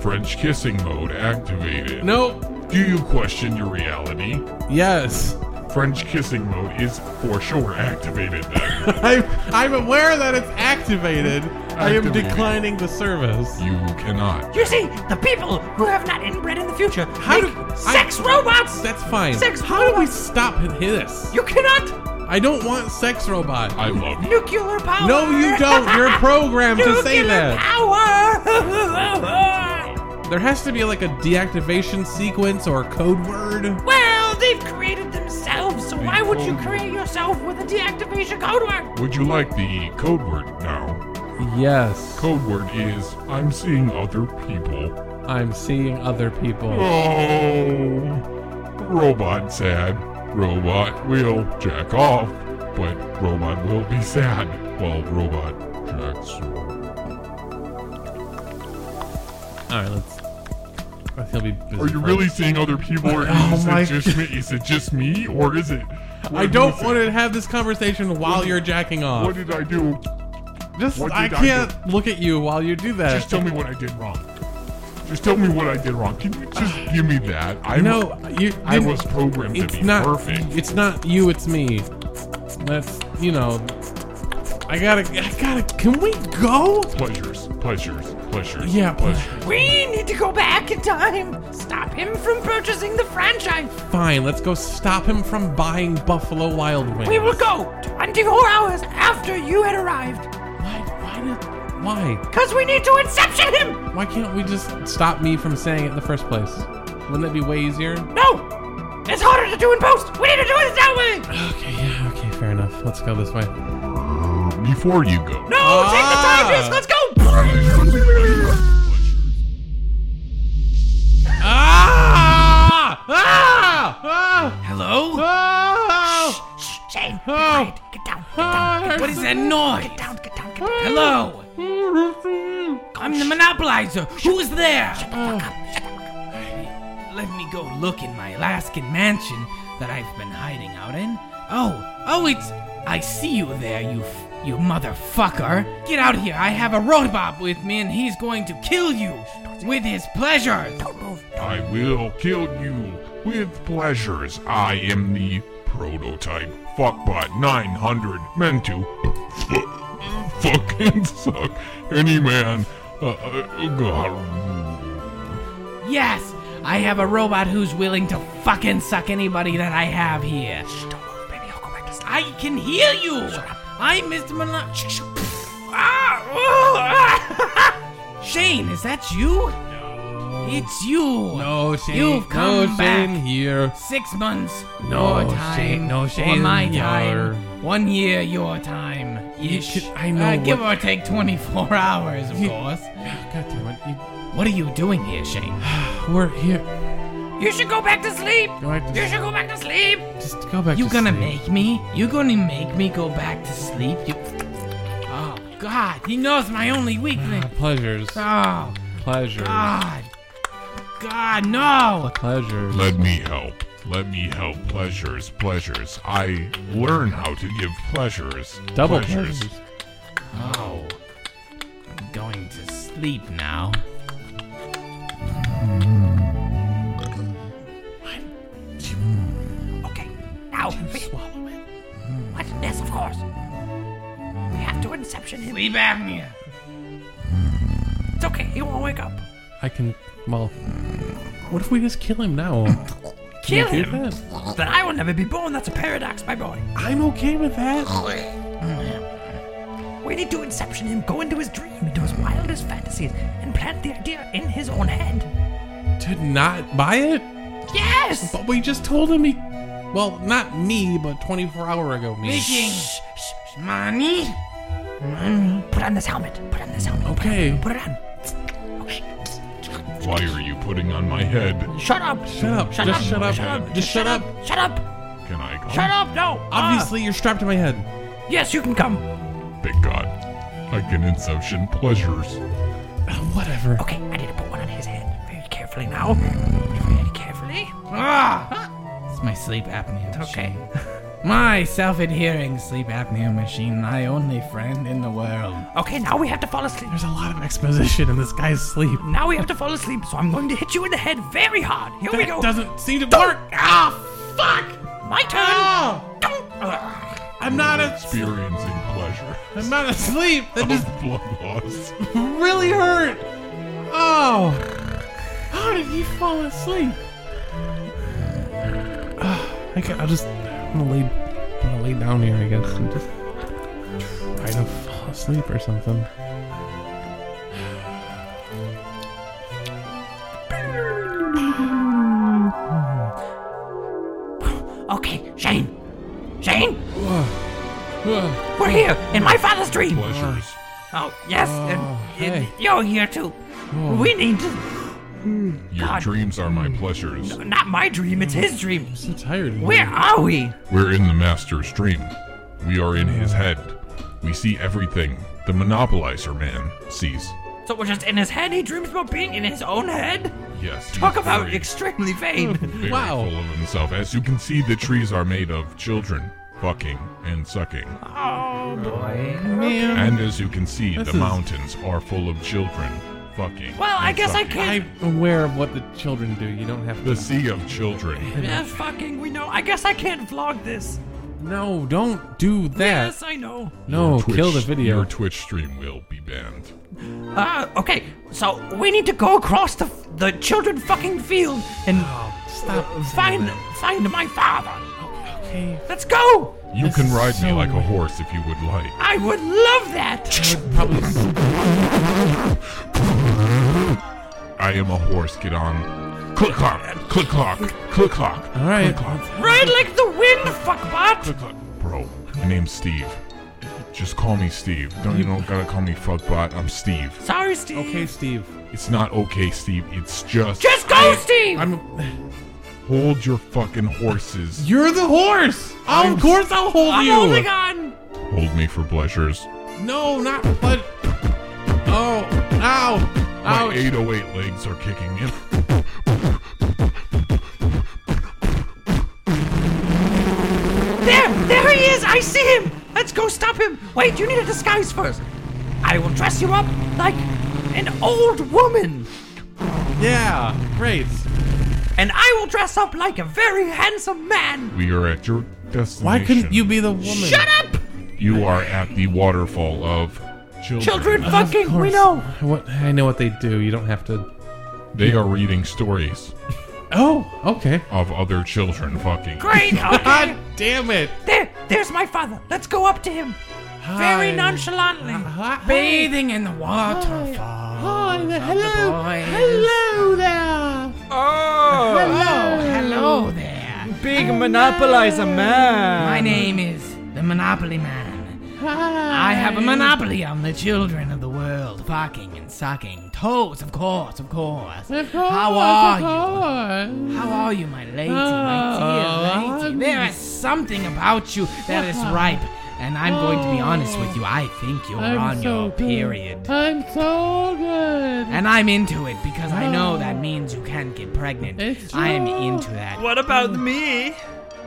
Speaker 4: French kissing mode activated.
Speaker 2: Nope.
Speaker 4: Do you question your reality?
Speaker 2: Yes.
Speaker 4: French kissing mode is for sure activated then.
Speaker 2: I'm, I'm aware that it's activated. I am
Speaker 4: Activated.
Speaker 2: declining the service.
Speaker 4: you cannot.
Speaker 5: You see, the people who have not inbred in the future
Speaker 2: How
Speaker 5: make
Speaker 2: do- I-
Speaker 5: sex robots.
Speaker 2: That's fine.
Speaker 5: Sex
Speaker 2: How do we
Speaker 5: robots.
Speaker 2: stop and hit this?
Speaker 5: You cannot
Speaker 2: I don't want sex robot.
Speaker 4: I love you.
Speaker 5: nuclear power.
Speaker 2: No, you don't. You're programmed to say
Speaker 5: Nuclear
Speaker 2: that.
Speaker 5: Power.
Speaker 2: There has to be like a deactivation sequence or code word.
Speaker 5: well, they've created themselves, so why would you create yourself with a deactivation code word?
Speaker 4: Would you like the code word now?
Speaker 2: Yes.
Speaker 4: Code word is I'm seeing other people.
Speaker 2: I'm seeing other people.
Speaker 4: Oh, robot sad. Robot will jack off, but robot will be sad while robot jacks off.
Speaker 2: All right, let's. I think I'll be busy.
Speaker 4: Are you
Speaker 2: for-
Speaker 4: really seeing other people, or
Speaker 2: Oh
Speaker 4: is
Speaker 2: my
Speaker 4: it just me? Is it just me, or is it?
Speaker 2: I
Speaker 4: what
Speaker 2: don't
Speaker 4: is it?
Speaker 2: want to have this conversation while you're jacking
Speaker 4: What
Speaker 2: off.
Speaker 4: did I do?
Speaker 2: Just
Speaker 4: what
Speaker 2: I
Speaker 4: did I do?
Speaker 2: can't look at you while you do that.
Speaker 4: Just tell me what I did wrong. Just tell me what I did wrong. Can you just give me that? I
Speaker 2: no, you.
Speaker 4: I
Speaker 2: didn't-
Speaker 4: was programmed to
Speaker 2: It's
Speaker 4: be
Speaker 2: not.
Speaker 4: perfect.
Speaker 2: It's not you. It's me. That's you know. I gotta. I gotta. Can we go?
Speaker 4: Pleasures, pleasures, pleasures.
Speaker 2: Yeah, pl-
Speaker 4: pleasures.
Speaker 5: We need to go back in time. Stop him from purchasing the franchise.
Speaker 2: Fine. Let's go stop him from buying Buffalo Wild Wings.
Speaker 5: We will go 24 hours after you had arrived.
Speaker 2: Why? Why? Did, why?
Speaker 5: Because we need to inception him!
Speaker 2: Why can't we just stop me from saying it in the first place? Wouldn't that be way easier?
Speaker 5: No! It's harder to do in post! We need to do it that way!
Speaker 2: Okay. Yeah. Okay. Fair enough. Let's go this way.
Speaker 4: before you go.
Speaker 5: No,
Speaker 2: Uh-huh. Ah!
Speaker 5: take the time, Let's go.
Speaker 3: Ah! Ah! Ah!
Speaker 5: Hello?
Speaker 3: Ah!
Speaker 5: Shh, Shane, be
Speaker 3: Oh.
Speaker 5: quiet. Get down. Get
Speaker 3: Ah,
Speaker 5: down. Get
Speaker 3: what is that noise?
Speaker 5: down. Get down. Get down.
Speaker 3: Hello? I'm the monopolizer. Who is there? Let me go look in my Alaskan mansion that I've been hiding out in. Oh, oh, it's. I see you there, you f- you motherfucker. Get out here. I have a roadbob with me and he's going to kill you with his pleasures.
Speaker 5: Don't move.
Speaker 4: I will kill you with pleasures. I am the prototype fuckbot 900 meant to fu- fucking suck any man. Uh, uh, God.
Speaker 3: Yes, I have a robot who's willing to fucking suck anybody that I have here.
Speaker 5: Shh, don't move, baby. I'll go back to sleep.
Speaker 3: I can hear you. I'm Mr. Malone. Ah, oh, Shane, is that you? It's you.
Speaker 2: No, Shane.
Speaker 3: You've come
Speaker 2: no,
Speaker 3: back.
Speaker 2: Shane here.
Speaker 3: Six months.
Speaker 2: No,
Speaker 3: your time.
Speaker 2: Shane- no,
Speaker 3: Or
Speaker 2: Shane,
Speaker 3: my
Speaker 2: you're-
Speaker 3: time. One year, your time. Ish.
Speaker 2: could- I know
Speaker 3: Uh, give
Speaker 2: what-
Speaker 3: or take 24 hours, of
Speaker 2: You-
Speaker 3: course.
Speaker 2: God damn it. You,
Speaker 3: What are you doing here, Shane?
Speaker 2: we're here.
Speaker 5: You should go back to sleep.
Speaker 2: Go back to-
Speaker 5: You should go back to sleep.
Speaker 2: Just go back
Speaker 3: You
Speaker 2: to
Speaker 3: gonna
Speaker 2: sleep.
Speaker 3: make me? You gonna make me go back to sleep? You. Oh God! He knows my only weakness.
Speaker 2: Pleasures.
Speaker 3: Oh
Speaker 2: Pleasures.
Speaker 3: God! God no!
Speaker 2: Pleasures.
Speaker 4: Let me help. Let me help. Pleasures, pleasures. I learn how to give pleasures.
Speaker 2: Double
Speaker 4: pleasures.
Speaker 2: pleasures.
Speaker 3: Oh, I'm going to sleep now.
Speaker 5: Okay. Now. Swallow it. What? Yes, of course. We have to inception him.
Speaker 3: Sleep apnea.
Speaker 5: It's okay. He won't wake up.
Speaker 2: I can. Well. What if we just kill him now?
Speaker 5: Kill
Speaker 2: Do
Speaker 5: him.
Speaker 2: that.
Speaker 5: Then I will never be born. That's a paradox, my boy.
Speaker 2: I'm okay with that.
Speaker 5: We need to inception him, go into his dream, into his wildest fantasies, and plant the idea in his own head.
Speaker 2: To not buy it?
Speaker 5: Yes!
Speaker 2: But we just told him he. Well, not me, but 24 hour ago me.
Speaker 3: Making money.
Speaker 5: Put on this helmet. Put on this helmet.
Speaker 2: Okay.
Speaker 5: Put it on.
Speaker 4: Why are you putting on my head?
Speaker 5: Shut up!
Speaker 2: Shut up. just shut up. Just shut up.
Speaker 5: Shut up! Ah.
Speaker 4: Can I come?
Speaker 5: Shut up! No!
Speaker 2: Obviously, you're strapped to my head.
Speaker 5: Ah, yes, you can come.
Speaker 4: Thank God. I can inception pleasures.
Speaker 2: Uh, Whatever.
Speaker 5: Okay, I need to put one on his head. Very carefully now. Very carefully.
Speaker 3: Ah! It's my sleep apnea.
Speaker 5: Okay.
Speaker 3: Machine. My self-adhering sleep apnea machine, my only friend in the world.
Speaker 5: Okay, now we have to fall asleep.
Speaker 2: There's a lot of exposition in this guy's sleep.
Speaker 5: Now we have to fall asleep, so I'm going to hit you in the head very hard. Here we
Speaker 2: That
Speaker 5: go.
Speaker 2: doesn't seem to work. Ah, fuck!
Speaker 5: My turn!
Speaker 2: Ah,
Speaker 5: Don't- Ugh.
Speaker 2: I'm not a.
Speaker 4: Experiencing pleasure.
Speaker 2: I'm not asleep. That just
Speaker 4: Of blood loss.
Speaker 2: really hurt. Oh, how did he fall asleep? Ah, I can, I'll just I'm gonna lay I'm gonna lay down here, I guess, and just try to fall asleep or something.
Speaker 5: Okay, Shane. Shane,
Speaker 2: Ugh.
Speaker 5: we're here in my father's dream.
Speaker 4: Pleasures.
Speaker 5: Oh, yes, and, and
Speaker 2: hey. Oh.
Speaker 5: you're here too. We need to,
Speaker 4: Your
Speaker 5: God.
Speaker 4: dreams are my pleasures.
Speaker 5: not my dream, it's his dream.
Speaker 2: I'm so tired.
Speaker 5: Where are we?
Speaker 4: We're in the master's dream. We are in his head. We see everything the monopolizer man sees.
Speaker 5: So we're just in his head? He dreams about being in his own head?
Speaker 4: Yes. he's
Speaker 5: Talk about
Speaker 4: very,
Speaker 5: extremely vain.
Speaker 4: very
Speaker 2: Wow.
Speaker 4: full of himself. As you can see, the trees are made of children fucking and sucking.
Speaker 5: oh, boy.
Speaker 2: man?
Speaker 4: And as you can see,
Speaker 2: This
Speaker 4: the
Speaker 2: is-
Speaker 4: mountains are full of children fucking.
Speaker 5: Well, I
Speaker 4: and
Speaker 5: guess I
Speaker 4: sucking.
Speaker 5: can't.
Speaker 2: I'm aware of what the children do. You don't have to.
Speaker 4: The sea of children.
Speaker 5: Yeah, fucking, we know. I guess I can't vlog this.
Speaker 2: No, don't do that.
Speaker 5: Yes, I know.
Speaker 2: No,
Speaker 4: Your Twitch-
Speaker 2: kill the video.
Speaker 4: Your Twitch stream will be banned.
Speaker 5: Uh, okay, so we need to go across the, the children fucking field and
Speaker 2: Oh, Stop.
Speaker 5: find find my father.
Speaker 2: Okay.
Speaker 5: Let's go!
Speaker 4: You
Speaker 2: This
Speaker 4: can
Speaker 2: is
Speaker 4: ride me
Speaker 2: so
Speaker 4: like a
Speaker 2: weird.
Speaker 4: horse if you would like.
Speaker 5: I would love that.
Speaker 2: Probably.
Speaker 4: I am a horse. Get on. Click clock. Click clock. Click clock.
Speaker 2: All right.
Speaker 4: Click clock.
Speaker 5: Ride like the wind, fuckbot.
Speaker 4: Click clock. Bro, my name's Steve. Just call me Steve. Don't you don't gotta call me fuckbot. I'm Steve.
Speaker 3: Sorry, Steve.
Speaker 2: Okay, Steve.
Speaker 4: It's not okay, Steve. It's just
Speaker 3: Just go, Steve.
Speaker 2: I'm.
Speaker 4: hold your fucking horses.
Speaker 2: You're the horse. Oh, of course I'll hold
Speaker 3: I'm
Speaker 2: you.
Speaker 3: holding on.
Speaker 4: Hold me for pleasures.
Speaker 2: No, not but. Oh, ow,
Speaker 4: My
Speaker 2: ouch.
Speaker 4: 808 legs are kicking in.
Speaker 3: There, there he is. I see him. Let's go stop him. Wait, you need a disguise first. I will dress you up like an old woman,
Speaker 2: Yeah, great.
Speaker 3: and I will dress up like a very handsome man.
Speaker 4: We are at your destination.
Speaker 2: Why couldn't you be the woman?
Speaker 3: Shut up,
Speaker 4: You are at the waterfall of children.
Speaker 3: children.
Speaker 2: Of
Speaker 3: fucking, we
Speaker 2: course.
Speaker 3: know.
Speaker 2: What I know what they do. You don't have to.
Speaker 4: They are reading stories
Speaker 2: Oh, okay.
Speaker 4: of other children fucking.
Speaker 3: Great. Okay.
Speaker 2: God damn it!
Speaker 3: there, there's my father. Let's go up to him.
Speaker 2: Hi.
Speaker 3: Very nonchalantly,
Speaker 2: Hi.
Speaker 3: bathing in the waterfall.
Speaker 2: Hi, there. hello,
Speaker 3: boys.
Speaker 2: hello there.
Speaker 3: Oh, hello there.
Speaker 1: Big monopolizer man.
Speaker 3: My name is the Monopoly Man.
Speaker 2: Hi.
Speaker 3: I have a monopoly on the children of the world. Fucking and sucking. Toes, of course, of course.
Speaker 2: Of course,
Speaker 3: How are
Speaker 2: of
Speaker 3: you?
Speaker 2: course.
Speaker 3: How are you, my lady, my
Speaker 2: Oh,
Speaker 3: dear
Speaker 2: I'm-
Speaker 3: lady?
Speaker 2: Uh-huh.
Speaker 3: There is something about you that is ripe, and I'm going to be honest with you. I think you're
Speaker 2: Oh, I'm
Speaker 3: on
Speaker 2: so
Speaker 3: your
Speaker 2: good.
Speaker 3: period.
Speaker 2: I'm so good. Oh.
Speaker 3: And I'm into it because I know that means you can't get pregnant.
Speaker 2: It's
Speaker 3: I am
Speaker 2: true.
Speaker 3: into that.
Speaker 1: What about me?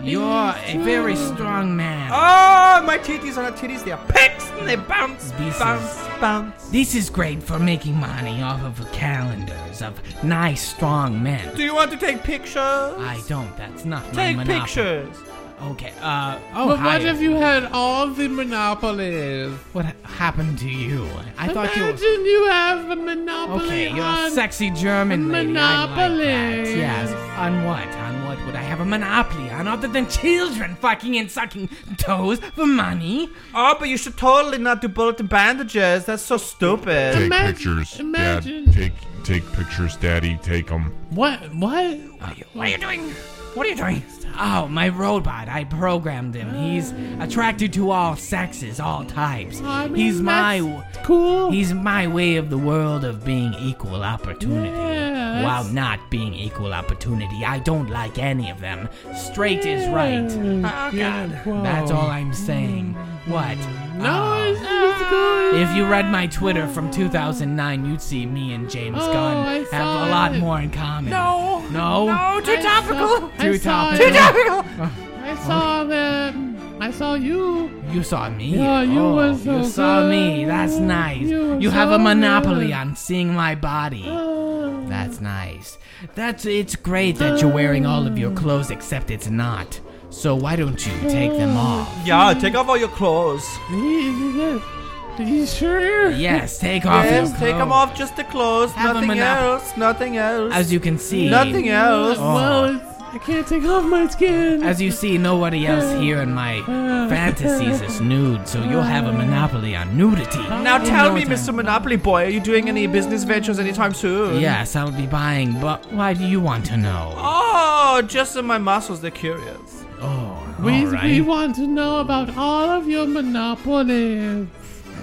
Speaker 3: You're a very strong man.
Speaker 1: Oh, my titties are not titties, they are pics and they bounce,
Speaker 3: This is-
Speaker 1: bounce, bounce.
Speaker 3: This is great for making money off of calendars of nice, strong men.
Speaker 1: Do you want to take pictures?
Speaker 3: I don't. That's not my
Speaker 1: Take
Speaker 3: monopoly.
Speaker 1: pictures.
Speaker 3: Okay. Uh. Oh,
Speaker 2: but
Speaker 3: hi.
Speaker 2: what if you had all the monopolies?
Speaker 3: What ha- happened to you? I thought you.
Speaker 2: Imagine
Speaker 3: were...
Speaker 2: you, have a monopoly
Speaker 3: Okay, you're a
Speaker 2: on
Speaker 3: sexy German lady. I like that.
Speaker 2: Monopoly.
Speaker 3: Yes. On what? On what would I have a monopoly on other than children fucking and sucking toes for money?
Speaker 1: Oh, but you should totally not do bulletin bandages. That's so stupid.
Speaker 4: Take
Speaker 2: Imagine-
Speaker 4: pictures,
Speaker 2: imagine-
Speaker 4: Dad. Take take pictures, Daddy. Take them.
Speaker 2: What? What?
Speaker 3: Are you- what are you doing? What are you doing? Oh, my robot. I programmed him. He's attracted to all sexes, all types.
Speaker 2: I mean,
Speaker 3: he's my
Speaker 2: that's cool.
Speaker 3: he's my way of the world of being equal opportunity.
Speaker 2: Yes.
Speaker 3: While not being equal opportunity, I don't like any of them. Straight is right.
Speaker 2: Oh God.
Speaker 3: That's all I'm saying. What?
Speaker 2: No,
Speaker 3: Oh.
Speaker 2: it's, it's good.
Speaker 3: If you read my Twitter from 2009, you'd see me and James
Speaker 2: Oh, I
Speaker 3: Gunn have
Speaker 2: saw
Speaker 3: a lot
Speaker 2: it.
Speaker 3: more in common.
Speaker 1: No.
Speaker 3: No.
Speaker 1: No, too
Speaker 2: I
Speaker 1: topical.
Speaker 2: Saw, I
Speaker 3: Too
Speaker 2: saw
Speaker 3: topical.
Speaker 2: you.
Speaker 3: Too
Speaker 2: I saw them. I saw you.
Speaker 3: You saw me.
Speaker 2: Yeah, you
Speaker 3: oh,
Speaker 2: were so
Speaker 3: you saw me.
Speaker 2: good.
Speaker 3: That's nice.
Speaker 2: You
Speaker 3: You,
Speaker 2: were
Speaker 3: have
Speaker 2: so
Speaker 3: a monopoly
Speaker 2: good.
Speaker 3: on seeing my body.
Speaker 2: Oh.
Speaker 3: That's nice. That's it's great that you're wearing all of your clothes except it's not. So why don't you take them off?
Speaker 1: Yeah, take off all your clothes.
Speaker 2: you sure?
Speaker 3: Yes, take off your
Speaker 1: yes,
Speaker 3: clothes.
Speaker 1: take them off, just the clothes.
Speaker 3: Have a
Speaker 1: nothing
Speaker 3: monop-
Speaker 1: else. Nothing else.
Speaker 3: As you Oh. can see,
Speaker 1: nothing else.
Speaker 2: Well, it's, I can't take off my skin.
Speaker 3: As you see, nobody else here in my fantasies is nude, so you'll have a monopoly on nudity.
Speaker 1: Now
Speaker 3: In
Speaker 1: tell
Speaker 3: no
Speaker 1: me,
Speaker 3: time.
Speaker 1: Mr. Monopoly Boy, are you doing any business ventures anytime soon?
Speaker 3: Yes, I'll be buying, but why do you want to know?
Speaker 1: Oh, just in my muscles, they're curious.
Speaker 3: Oh,
Speaker 2: we,
Speaker 3: all
Speaker 2: we
Speaker 3: right.
Speaker 2: want to know about all of your monopolies.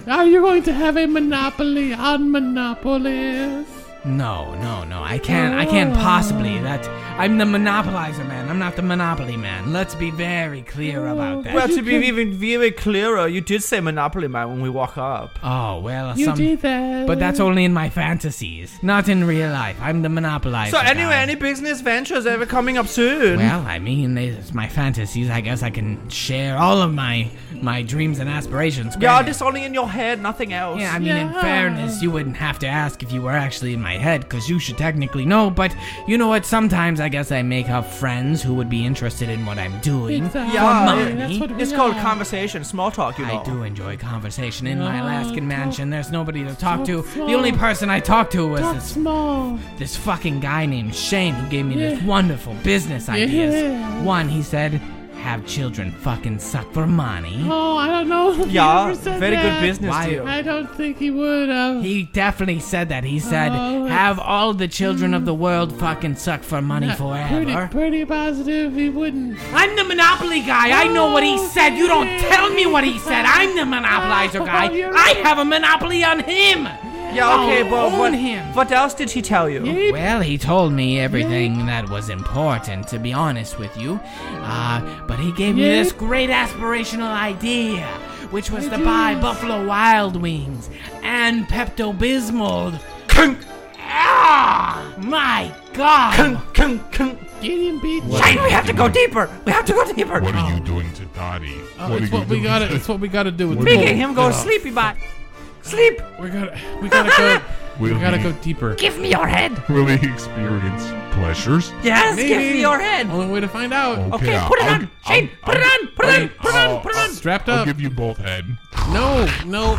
Speaker 2: Are you going to have a monopoly on monopolies?
Speaker 3: No, no, no. I can't. I can't possibly. That I'm the monopolizer man. I'm not the monopoly man. Let's be very clear about that.
Speaker 1: Well,
Speaker 2: you
Speaker 1: to be
Speaker 2: can-
Speaker 1: even very clearer, you did say Monopoly Man when we walk up.
Speaker 3: oh well,
Speaker 2: You
Speaker 3: some.
Speaker 2: did that.
Speaker 3: But that's only in my fantasies, not in real life. I'm the monopolizer.
Speaker 1: So anyway,
Speaker 3: guy.
Speaker 1: any business ventures ever coming up soon?
Speaker 3: Well, I mean, it's my fantasies. I guess I can share all of my my dreams and aspirations.
Speaker 1: yeah,
Speaker 3: granted.
Speaker 1: this only in your head, nothing else.
Speaker 3: Yeah, I mean, in
Speaker 2: Yeah.
Speaker 3: fairness, you wouldn't have to ask if you were actually in my head, because you should technically know. But you know what? Sometimes I guess I make up friends who would be interested in what I'm doing.
Speaker 2: Exactly.
Speaker 1: Yeah,
Speaker 3: For
Speaker 1: it-
Speaker 3: money.
Speaker 2: that's what we
Speaker 1: it's called
Speaker 2: are.
Speaker 1: conversation, small talk, you know.
Speaker 3: I do enjoy conversation in my Alaskan
Speaker 2: No, talk-
Speaker 3: mansion. There's nobody to talk to.
Speaker 2: talk
Speaker 3: The only
Speaker 2: small.
Speaker 3: person I talked to was
Speaker 2: Talk
Speaker 3: this
Speaker 2: small.
Speaker 3: this fucking guy named Shane who gave me this
Speaker 2: Yeah.
Speaker 3: wonderful business ideas.
Speaker 2: Yeah.
Speaker 3: One, he said, have children fucking suck for money.
Speaker 2: Oh, I don't know. if he
Speaker 5: Yeah,
Speaker 2: ever said
Speaker 5: very good
Speaker 2: that.
Speaker 5: business
Speaker 3: Why-
Speaker 5: deal.
Speaker 2: I don't think he would have.
Speaker 3: He definitely said that. He said,
Speaker 2: Oh,
Speaker 3: have all the children of the world fucking suck for money
Speaker 2: pretty,
Speaker 3: forever.
Speaker 2: pretty positive he wouldn't.
Speaker 3: I'm the Monopoly guy. I know what he said. You don't tell me what he said. I'm the monopolizer guy.
Speaker 2: Oh, Oh, you're
Speaker 3: I
Speaker 2: right.
Speaker 3: have a monopoly on him.
Speaker 5: Yeah, okay, but
Speaker 3: own
Speaker 5: what,
Speaker 3: him.
Speaker 5: what else did he tell you?
Speaker 2: He
Speaker 3: Well, he told me everything that was important, to be honest with you. Uh, but he gave me
Speaker 2: Yeah.
Speaker 3: this great aspirational idea, which was to buy
Speaker 2: Yes.
Speaker 3: Buffalo Wild Wings and Pepto Bismol. Ah, my God!
Speaker 2: get him beat.
Speaker 5: Shane, we have to go deeper. We have to go deeper.
Speaker 4: What are you doing to Dottie?
Speaker 2: Uh,
Speaker 4: are
Speaker 2: it's
Speaker 4: you
Speaker 2: what we
Speaker 4: doing
Speaker 2: got.
Speaker 4: to-
Speaker 2: It's what we got to do with
Speaker 4: What
Speaker 2: the
Speaker 4: are you-
Speaker 5: Making him go sleepy bot. Sleep.
Speaker 2: We gotta. We gotta go. we
Speaker 4: Will
Speaker 2: gotta
Speaker 4: he-
Speaker 2: go deeper.
Speaker 5: Give me your head.
Speaker 4: Will he experience pleasures?
Speaker 5: Yes, give
Speaker 2: Maybe.
Speaker 5: me your head. Oh.
Speaker 2: Only way to find out.
Speaker 5: Okay, put it on. Shane, put it on, put it on, put it on, put it on.
Speaker 2: Strapped
Speaker 4: Oh, uh, I'll
Speaker 2: up.
Speaker 4: give you both head.
Speaker 2: No, no.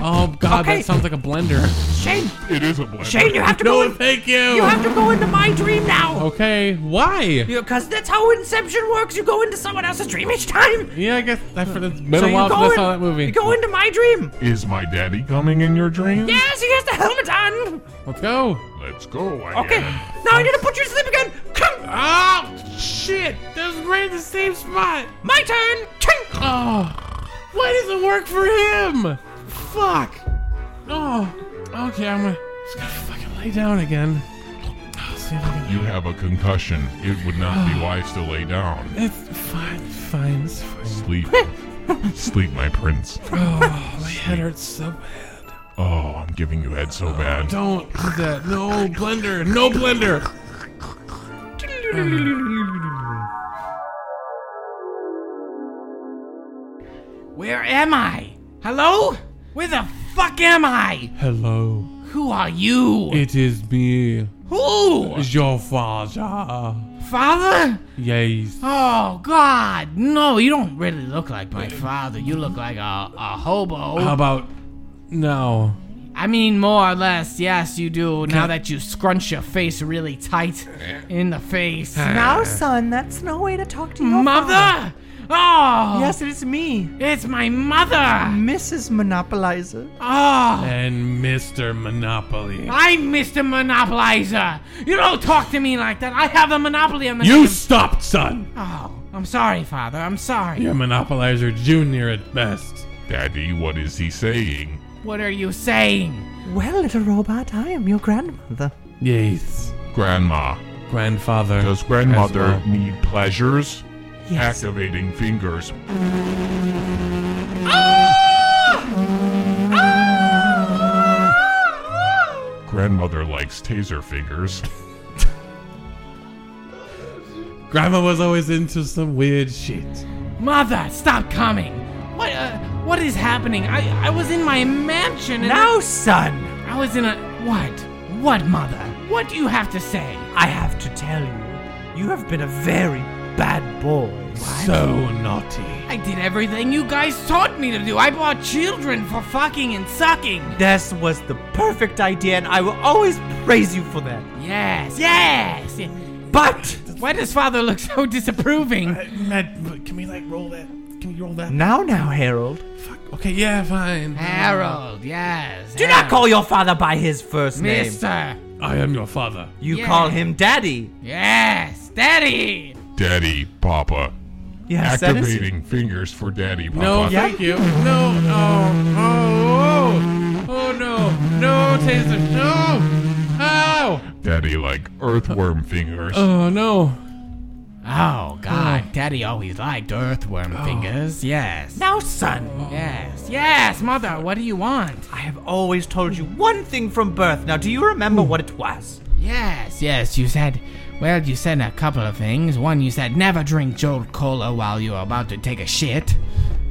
Speaker 2: Oh God,
Speaker 5: Okay.
Speaker 2: that sounds like a blender.
Speaker 5: Shane,
Speaker 4: It is a blender.
Speaker 5: Shane, you have to go.
Speaker 2: No,
Speaker 5: In,
Speaker 2: thank you.
Speaker 5: you have to go into my dream now.
Speaker 2: okay, why?
Speaker 5: Because that's how Inception works. You go into someone else's dream each time.
Speaker 2: Yeah, I guess that's for it's been
Speaker 5: So
Speaker 2: a
Speaker 5: you
Speaker 2: while
Speaker 5: go
Speaker 2: since I
Speaker 5: in-
Speaker 2: saw that movie.
Speaker 5: You go into my dream.
Speaker 4: Is my daddy coming in your dream?
Speaker 5: Yes, he has the helmet on.
Speaker 2: Let's go.
Speaker 4: Let's go. I
Speaker 5: Okay,
Speaker 4: guess.
Speaker 5: now I need to put you to sleep again. Come,
Speaker 2: Oh shit! That was right in the same spot.
Speaker 5: my turn. Chink.
Speaker 2: Oh, why does it work for him? Fuck. Oh, okay. I'm gonna just gotta fucking lay down again. I'll see if I can.
Speaker 4: You have a concussion. It would not be wise to lay down.
Speaker 2: It's fine. Fine. It's fine.
Speaker 4: Sleep. Sleep, my prince.
Speaker 2: Oh, my head hurts so bad.
Speaker 4: Oh, I'm giving you head so bad.
Speaker 2: Don't do that. No blender. No blender.
Speaker 3: Where am I? Hello? Where the fuck am I?
Speaker 6: Hello.
Speaker 3: Who are you?
Speaker 6: It is me,
Speaker 3: Who?
Speaker 6: your father.
Speaker 3: Father?
Speaker 6: Yes.
Speaker 3: Oh God! No, you don't really look like my father. You look like a, a hobo.
Speaker 6: How about now?
Speaker 3: I mean, more or less, yes, you do. Now that you scrunch your face really tight in the face,
Speaker 5: Now, son, that's no way to talk to your
Speaker 3: mother. Oh,
Speaker 5: Yes, it's me,
Speaker 3: it's my mother.
Speaker 5: Mrs. Monopolizer.
Speaker 3: Oh,
Speaker 6: And Mr. Monopoly.
Speaker 3: I'm Mr. Monopolizer. You don't talk to me like that. I have a monopoly on the.
Speaker 6: You stopped, son!
Speaker 3: Oh, I'm sorry, father. I'm sorry.
Speaker 6: You're Monopolizer Junior at best.
Speaker 4: Daddy, what is he saying?
Speaker 3: What are you saying?
Speaker 5: Well, little robot, I am your grandmother.
Speaker 6: Yes.
Speaker 4: Grandma,
Speaker 6: Grandfather.
Speaker 4: does grandmother
Speaker 6: as well.
Speaker 4: need pleasures?
Speaker 5: Yes.
Speaker 4: Activating fingers. Grandmother likes taser fingers.
Speaker 6: Grandma was always into some weird shit.
Speaker 3: Mother, stop coming. What? Uh, what is happening? I I was in my mansion and
Speaker 5: Now, son,
Speaker 3: I was in a what? What, mother? What do you have to say?
Speaker 5: I have to tell you, you have been a very bad boy.
Speaker 6: So naughty.
Speaker 3: I did everything you guys taught me to do. I bought children for fucking and sucking.
Speaker 5: This was the perfect idea, and I will always praise you for that.
Speaker 3: Yes, yes.
Speaker 5: But
Speaker 3: Why does father look so disapproving?
Speaker 6: Matt, can we like roll that? Can we roll that?
Speaker 5: now, now, Harold,
Speaker 6: Fuck. Okay, yeah, fine.
Speaker 3: Harold, yes.
Speaker 5: do not call your father by his first name.
Speaker 3: Mister.
Speaker 6: I am your father.
Speaker 5: You
Speaker 3: Yeah.
Speaker 5: call him daddy.
Speaker 3: Yes, daddy.
Speaker 4: Daddy, Papa.
Speaker 5: Yes, that is-
Speaker 4: Activating fingers for Daddy, Papa.
Speaker 6: No,
Speaker 5: Yeah.
Speaker 6: thank you. No, oh, oh, oh, oh no, no, Taser, no, ow,
Speaker 4: Daddy like earthworm fingers.
Speaker 6: oh no.
Speaker 3: Oh God,
Speaker 5: Hmm.
Speaker 3: daddy always liked earthworm
Speaker 5: Oh.
Speaker 3: fingers. Yes,
Speaker 5: Now, son,
Speaker 3: yes, yes. Mother, what do you want?
Speaker 5: I have always told you one thing from birth. Now, do you remember what it was?
Speaker 3: Yes, yes, you said. Well, you said a couple of things. One, you said never drink Jolt Cola while you're about to take a shit.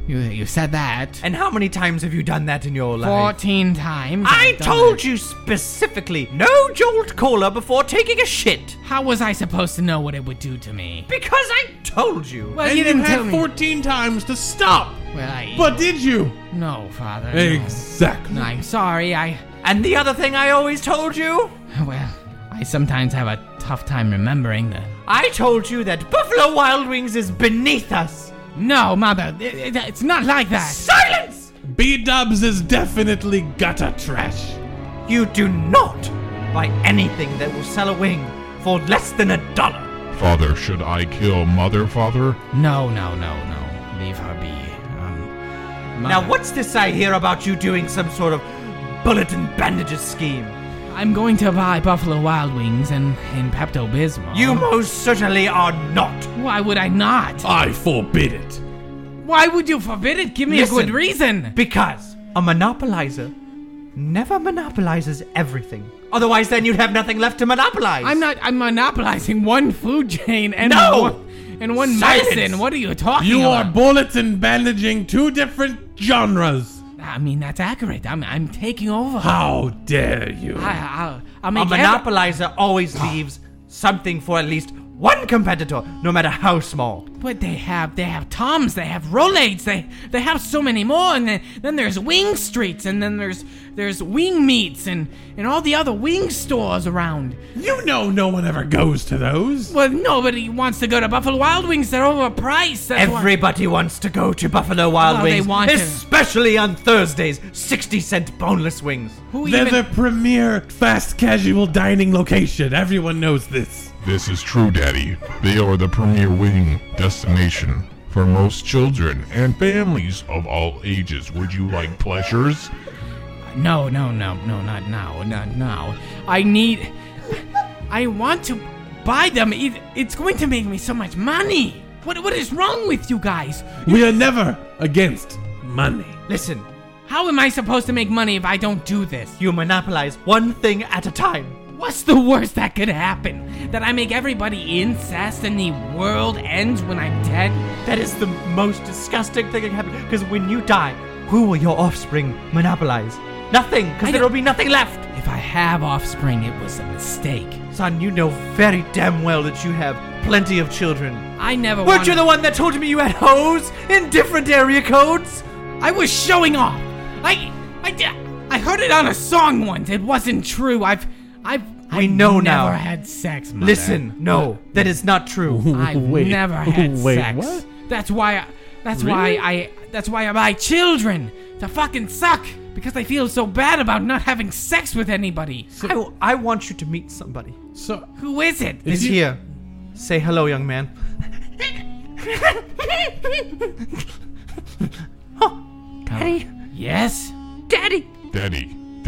Speaker 3: You, you said that.
Speaker 5: And how many times have you done that in your life?
Speaker 3: 14 times.
Speaker 5: I told you specifically, no jolt cola before taking a shit.
Speaker 3: How was I supposed to know what it would do to me?
Speaker 5: Because I told you.
Speaker 3: Well,
Speaker 6: And
Speaker 3: you
Speaker 6: you,
Speaker 3: didn't tell
Speaker 6: had
Speaker 3: me.
Speaker 6: 14 times to stop,
Speaker 3: well, I.
Speaker 6: but did you?
Speaker 3: No, Father. no.
Speaker 6: Exactly.
Speaker 3: No, I'm sorry. I.
Speaker 5: And the other thing I always told you?
Speaker 3: Well, I sometimes have a tough time remembering the
Speaker 1: I told you that Buffalo Wild Wings is beneath us.
Speaker 3: No, mother, it- it- it's not like that.
Speaker 1: Silence!
Speaker 2: B Dubs is definitely gutter trash.
Speaker 1: You do not buy anything that will sell a wing for less than a dollar.
Speaker 4: Father, should I kill mother, father?
Speaker 3: No, no, no, no. Leave her be. Um,
Speaker 1: Now,
Speaker 3: mother,
Speaker 1: what's this I hear about you doing some sort of bullet and bandages scheme?
Speaker 3: I'm going to buy Buffalo Wild Wings and, and Pepto Bismol.
Speaker 1: You most certainly are not.
Speaker 3: Why would I not?
Speaker 2: I forbid it.
Speaker 3: Why would you forbid it? Give me
Speaker 1: Listen.
Speaker 3: a good reason.
Speaker 1: Because a monopolizer never monopolizes everything. Otherwise, then you'd have nothing left to monopolize.
Speaker 3: I'm not. I'm monopolizing one food chain and
Speaker 1: No!
Speaker 3: one, and one
Speaker 1: Silence!
Speaker 3: medicine. What are you talking
Speaker 2: You are
Speaker 3: about?
Speaker 2: bullets and bandaging two different genres.
Speaker 3: I mean, that's accurate. I'm. I'm taking over.
Speaker 2: How dare you?
Speaker 3: I, I'll. I'll
Speaker 1: A
Speaker 3: make every-
Speaker 1: monopolizer always leaves something for at least one competitor, no matter how small.
Speaker 3: But they have they have Toms, they have Rolades, they they have so many more, and then, then there's Wing Streets, and then there's there's Wing Meats, and and all the other wing stores around.
Speaker 2: You know no one ever goes to those.
Speaker 3: Well, nobody wants to go to Buffalo Wild Wings; they're overpriced. That's why-
Speaker 1: Everybody wants to go to Buffalo Wild
Speaker 3: Well, they
Speaker 1: Wings,
Speaker 3: want to.
Speaker 1: especially on Thursdays. Sixty-cent boneless wings.
Speaker 3: who
Speaker 2: They're
Speaker 3: even
Speaker 2: the premier fast casual dining location. Everyone knows this.
Speaker 4: This is true, Daddy. They are the premier wing destination for most children and families of all ages. Would you like pleasures?
Speaker 3: no no no no not now not now. I need I want to buy them. It, it's going to make me so much money. What what is wrong with you guys?
Speaker 2: We are never against money.
Speaker 1: Listen,
Speaker 3: How am I supposed to make money if I don't do this?
Speaker 1: you monopolize one thing at a time.
Speaker 3: What's the worst that could happen? That I make everybody incest and the world ends when I'm dead?
Speaker 1: That is the most disgusting thing that can happen. Because when you die, who will your offspring monopolize? Nothing, because
Speaker 3: I
Speaker 1: there will
Speaker 3: don't-
Speaker 1: be nothing left.
Speaker 3: If I have offspring, it was a mistake.
Speaker 1: Son, you know very damn well that you have plenty of children.
Speaker 3: I never
Speaker 1: Weren't you
Speaker 3: wanted-
Speaker 1: the one that told me you had hoes in different area codes?
Speaker 3: I was showing off. I I did. I heard it on a song once. It wasn't true. I've I've
Speaker 1: We
Speaker 3: I've
Speaker 1: know
Speaker 3: never
Speaker 1: now.
Speaker 3: had sex. Mother.
Speaker 1: Listen, no, that is not true.
Speaker 3: I've
Speaker 2: Wait,
Speaker 3: never had
Speaker 2: wait,
Speaker 3: sex.
Speaker 2: what?
Speaker 3: That's why. I, that's why I. That's why I buy children to fucking suck because I feel so bad about not having sex with anybody.
Speaker 1: I, I want you to meet somebody.
Speaker 2: So
Speaker 3: Who is it?
Speaker 1: He's here. Say hello, young man.
Speaker 3: Daddy. Yes.
Speaker 4: Daddy, daddy,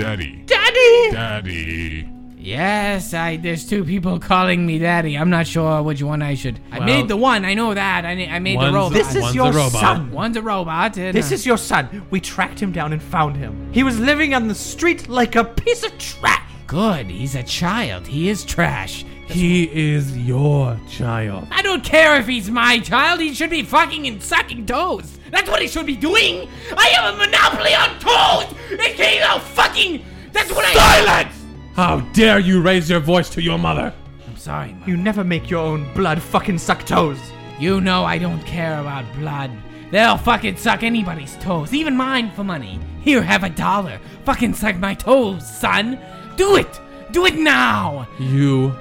Speaker 1: Daddy!
Speaker 4: daddy.
Speaker 3: Yes, I. There's two people calling me daddy. I'm not sure which one I should. I made the one. I know that. I, I made the
Speaker 2: one's-
Speaker 3: robot.
Speaker 1: This is
Speaker 2: One's
Speaker 1: your
Speaker 2: a robot.
Speaker 1: son.
Speaker 3: One's a robot. and,
Speaker 1: This
Speaker 3: uh,
Speaker 1: is your son. We tracked him down and found him. He was living on the street like a piece of trash.
Speaker 3: good. He's a child. He is trash.
Speaker 2: he is your child.
Speaker 3: I don't care if he's my child. He should be fucking and sucking toes. That's what he should be doing. I have a monopoly on toes. It can't go fucking. That's what I. Silence.
Speaker 2: How dare you raise your voice to your mother?
Speaker 3: I'm sorry, Mom.
Speaker 1: You never make your own blood fucking suck toes.
Speaker 3: You know I don't care about blood. They'll fucking suck anybody's toes, even mine for money. Here, have a dollar. Fucking suck my toes, son. Do it. Do it now.
Speaker 2: You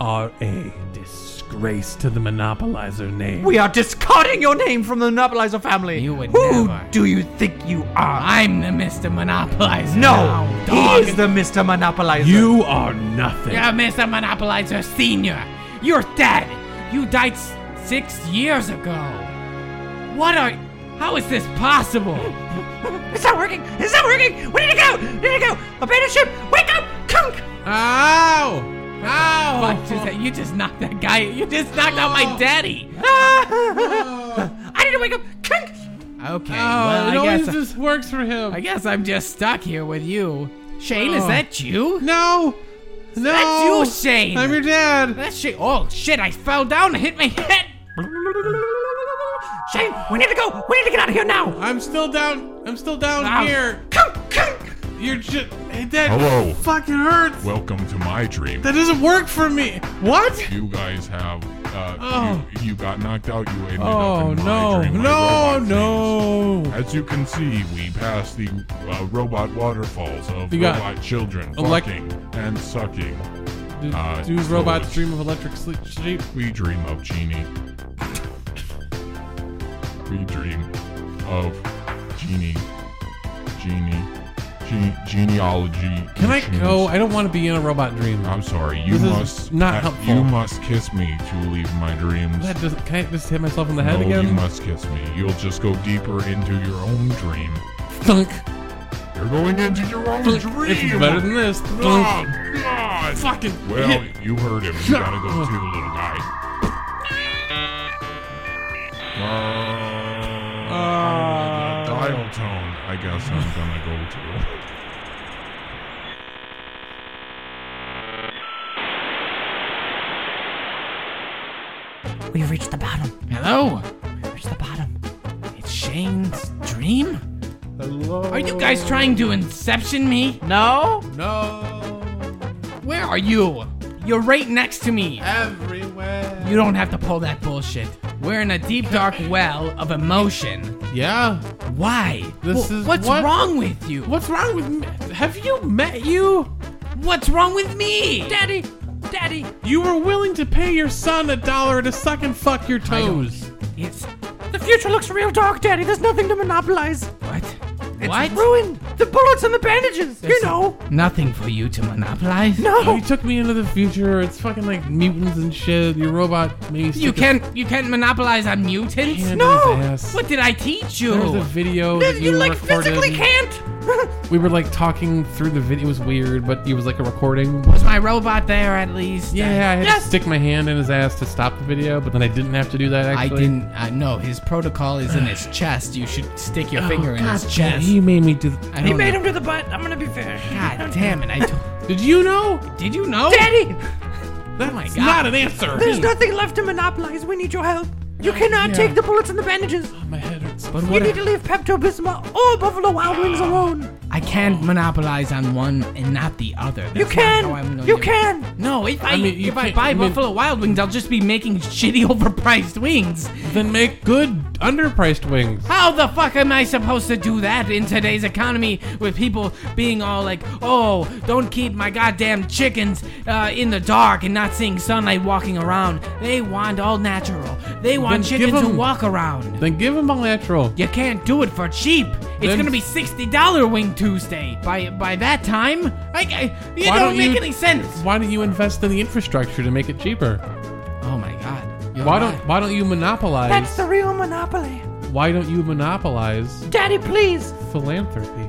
Speaker 2: are a disgrace to the monopolizer name.
Speaker 1: We are discarding your name from the Monopolizer family.
Speaker 3: You would
Speaker 1: Who
Speaker 3: never.
Speaker 1: do you think you are?
Speaker 3: I'm the Mr. Monopolizer.
Speaker 1: no,
Speaker 3: now,
Speaker 1: he
Speaker 3: dog.
Speaker 1: is the Mr. Monopolizer.
Speaker 2: you are nothing.
Speaker 3: You're Mr. Monopolizer Senior. You're dead. You died s- six years ago. What are? How is this possible?
Speaker 1: It's not working. It's not working. We need to go. We need to go. Abandon ship. Wake up. Kunk.
Speaker 2: Ow! Ow!
Speaker 3: What is that? You just knocked that guy. You just knocked out my daddy.
Speaker 1: I need to wake up. Kunk.
Speaker 3: Okay.
Speaker 2: Oh,
Speaker 3: well,
Speaker 2: it
Speaker 3: I
Speaker 2: always
Speaker 3: guess
Speaker 2: just works for him.
Speaker 3: I guess I'm just stuck here with you. Shane, is that you?
Speaker 2: no! No!
Speaker 3: That's you, Shane.
Speaker 2: I'm your dad!
Speaker 3: That's Shane. Oh shit! I fell down and hit my head.
Speaker 1: Shane, we need to go. We need to get out of here now.
Speaker 2: I'm still down. I'm still down
Speaker 3: Ow.
Speaker 2: here.
Speaker 1: Kunk. Kunk.
Speaker 2: You're just. Hey, that
Speaker 4: Hello.
Speaker 2: fucking hurts.
Speaker 4: Welcome to my dream.
Speaker 2: That doesn't work for me. What?
Speaker 4: You guys have, uh,
Speaker 2: Oh.
Speaker 4: you, you got knocked out. You ended up
Speaker 2: Oh
Speaker 4: in my
Speaker 2: no!
Speaker 4: dream, my
Speaker 2: No!
Speaker 4: robot dreams.
Speaker 2: No!
Speaker 4: As you can see, we passed the uh, robot waterfalls of
Speaker 2: You got
Speaker 4: robot children
Speaker 2: elec-
Speaker 4: fucking and sucking.
Speaker 2: Do,
Speaker 4: Uh,
Speaker 2: do
Speaker 4: it's
Speaker 2: robots
Speaker 4: village.
Speaker 2: dream of electric sleep? sheep?
Speaker 4: We dream of Genie. we dream of Genie. Genie. Genie. Genealogy.
Speaker 2: Can I
Speaker 4: machines.
Speaker 2: go? I don't want to be in a robot dream.
Speaker 4: I'm sorry. You
Speaker 2: This is
Speaker 4: must
Speaker 2: not
Speaker 4: uh,
Speaker 2: helpful.
Speaker 4: You must kiss me to leave my dreams.
Speaker 2: That doesn't. Can I just hit myself in the head
Speaker 4: no,
Speaker 2: again?
Speaker 4: you must kiss me. You'll just go deeper into your own dream.
Speaker 2: Thunk.
Speaker 4: You're going into your own dream.
Speaker 2: It's better than this. Thunk.
Speaker 4: Oh, God.
Speaker 2: Fucking
Speaker 4: Well, you heard him. You gotta go too, little guy. Uh, dial tone. I guess I'm gonna go to.
Speaker 7: We've reached the bottom.
Speaker 3: Hello?
Speaker 7: We've reached the bottom.
Speaker 3: It's Shane's dream? Hello? Are you guys trying to inception me?
Speaker 6: No?
Speaker 2: No.
Speaker 3: Where are you? You're right next to me.
Speaker 2: Everywhere.
Speaker 3: You don't have to pull that bullshit. We're in a deep, dark well of emotion.
Speaker 2: Yeah.
Speaker 3: Why?
Speaker 2: This
Speaker 3: Wh-
Speaker 2: is
Speaker 3: what's
Speaker 2: what-
Speaker 3: wrong with you?
Speaker 2: What's wrong with me? Have you met you?
Speaker 3: What's wrong with me?
Speaker 7: Daddy! Daddy!
Speaker 2: You were willing to pay your son a dollar to suck and fuck your toes.
Speaker 3: It's
Speaker 7: The future looks real dark, Daddy. There's nothing to monopolize.
Speaker 3: what? what?
Speaker 7: Ruined! The bullets and the bandages!
Speaker 3: There's
Speaker 7: you know!
Speaker 3: Nothing for you to monopolize.
Speaker 7: No!
Speaker 2: Oh, You took me into the future. It's fucking like mutants and shit. Your robot mace.
Speaker 3: You
Speaker 2: took a
Speaker 3: can't you can't monopolize on mutants.
Speaker 2: hand in
Speaker 7: no!
Speaker 2: his ass.
Speaker 3: What did I teach you?
Speaker 2: There's a video
Speaker 7: You,
Speaker 2: that you,
Speaker 7: like
Speaker 2: recorded.
Speaker 7: physically can't!
Speaker 2: We were like talking through the video. It was weird, but it was like a recording.
Speaker 3: Was my robot there at least?
Speaker 2: Yeah, I had
Speaker 7: Yes.
Speaker 2: to stick my hand in his ass to stop the video, but then I didn't have to do that.
Speaker 3: I
Speaker 2: Actually,
Speaker 3: didn't. Uh, no, his protocol is in his chest. You should stick your finger in his
Speaker 2: Yeah,
Speaker 3: chest.
Speaker 2: he made me do. th- I
Speaker 3: He
Speaker 2: don't
Speaker 7: Made
Speaker 2: know.
Speaker 7: him to the butt. I'm gonna be fair.
Speaker 3: God damn it! I do-
Speaker 2: Did you know?
Speaker 3: did you know? Oh
Speaker 7: Daddy!
Speaker 2: That's my
Speaker 3: God.
Speaker 2: not an answer.
Speaker 7: There's nothing left to monopolize. We need your help. You cannot
Speaker 2: Yeah.
Speaker 7: take the bullets and the bandages.
Speaker 2: my head hurts. But
Speaker 7: You
Speaker 2: what?
Speaker 7: need to leave Pepto Bismol or Buffalo Wild Wings alone.
Speaker 3: I can't monopolize on one and not the other. That's
Speaker 7: You
Speaker 3: not how I'm
Speaker 7: can.
Speaker 3: gonna
Speaker 7: You
Speaker 3: do it.
Speaker 7: can.
Speaker 3: No, if I,
Speaker 2: mean, you
Speaker 3: if I
Speaker 2: can't-
Speaker 3: buy
Speaker 2: I mean-
Speaker 3: Buffalo Wild Wings, I'll just be making shitty overpriced wings.
Speaker 2: then make good underpriced wings.
Speaker 3: How the fuck am I supposed to do that in today's economy with people being all like, oh, don't keep my goddamn chickens uh, in the dark and not seeing sunlight walking around? They want all natural. They want
Speaker 2: give
Speaker 3: chickens to
Speaker 2: 'em-
Speaker 3: walk around.
Speaker 2: Then give him all natural.
Speaker 3: You can't do it for cheap. It's
Speaker 2: Then-
Speaker 3: gonna be sixty dollar Wing Tuesday. By by that time, I, I you
Speaker 2: Why
Speaker 3: don't,
Speaker 2: don't
Speaker 3: make
Speaker 2: you-
Speaker 3: any sense.
Speaker 2: Why don't you invest in the infrastructure to make it cheaper?
Speaker 3: Oh my god. You're
Speaker 2: Why
Speaker 3: right.
Speaker 2: don't Why don't you monopolize?
Speaker 7: That's the real monopoly.
Speaker 2: why don't you monopolize
Speaker 7: Daddy, please.
Speaker 2: philanthropy?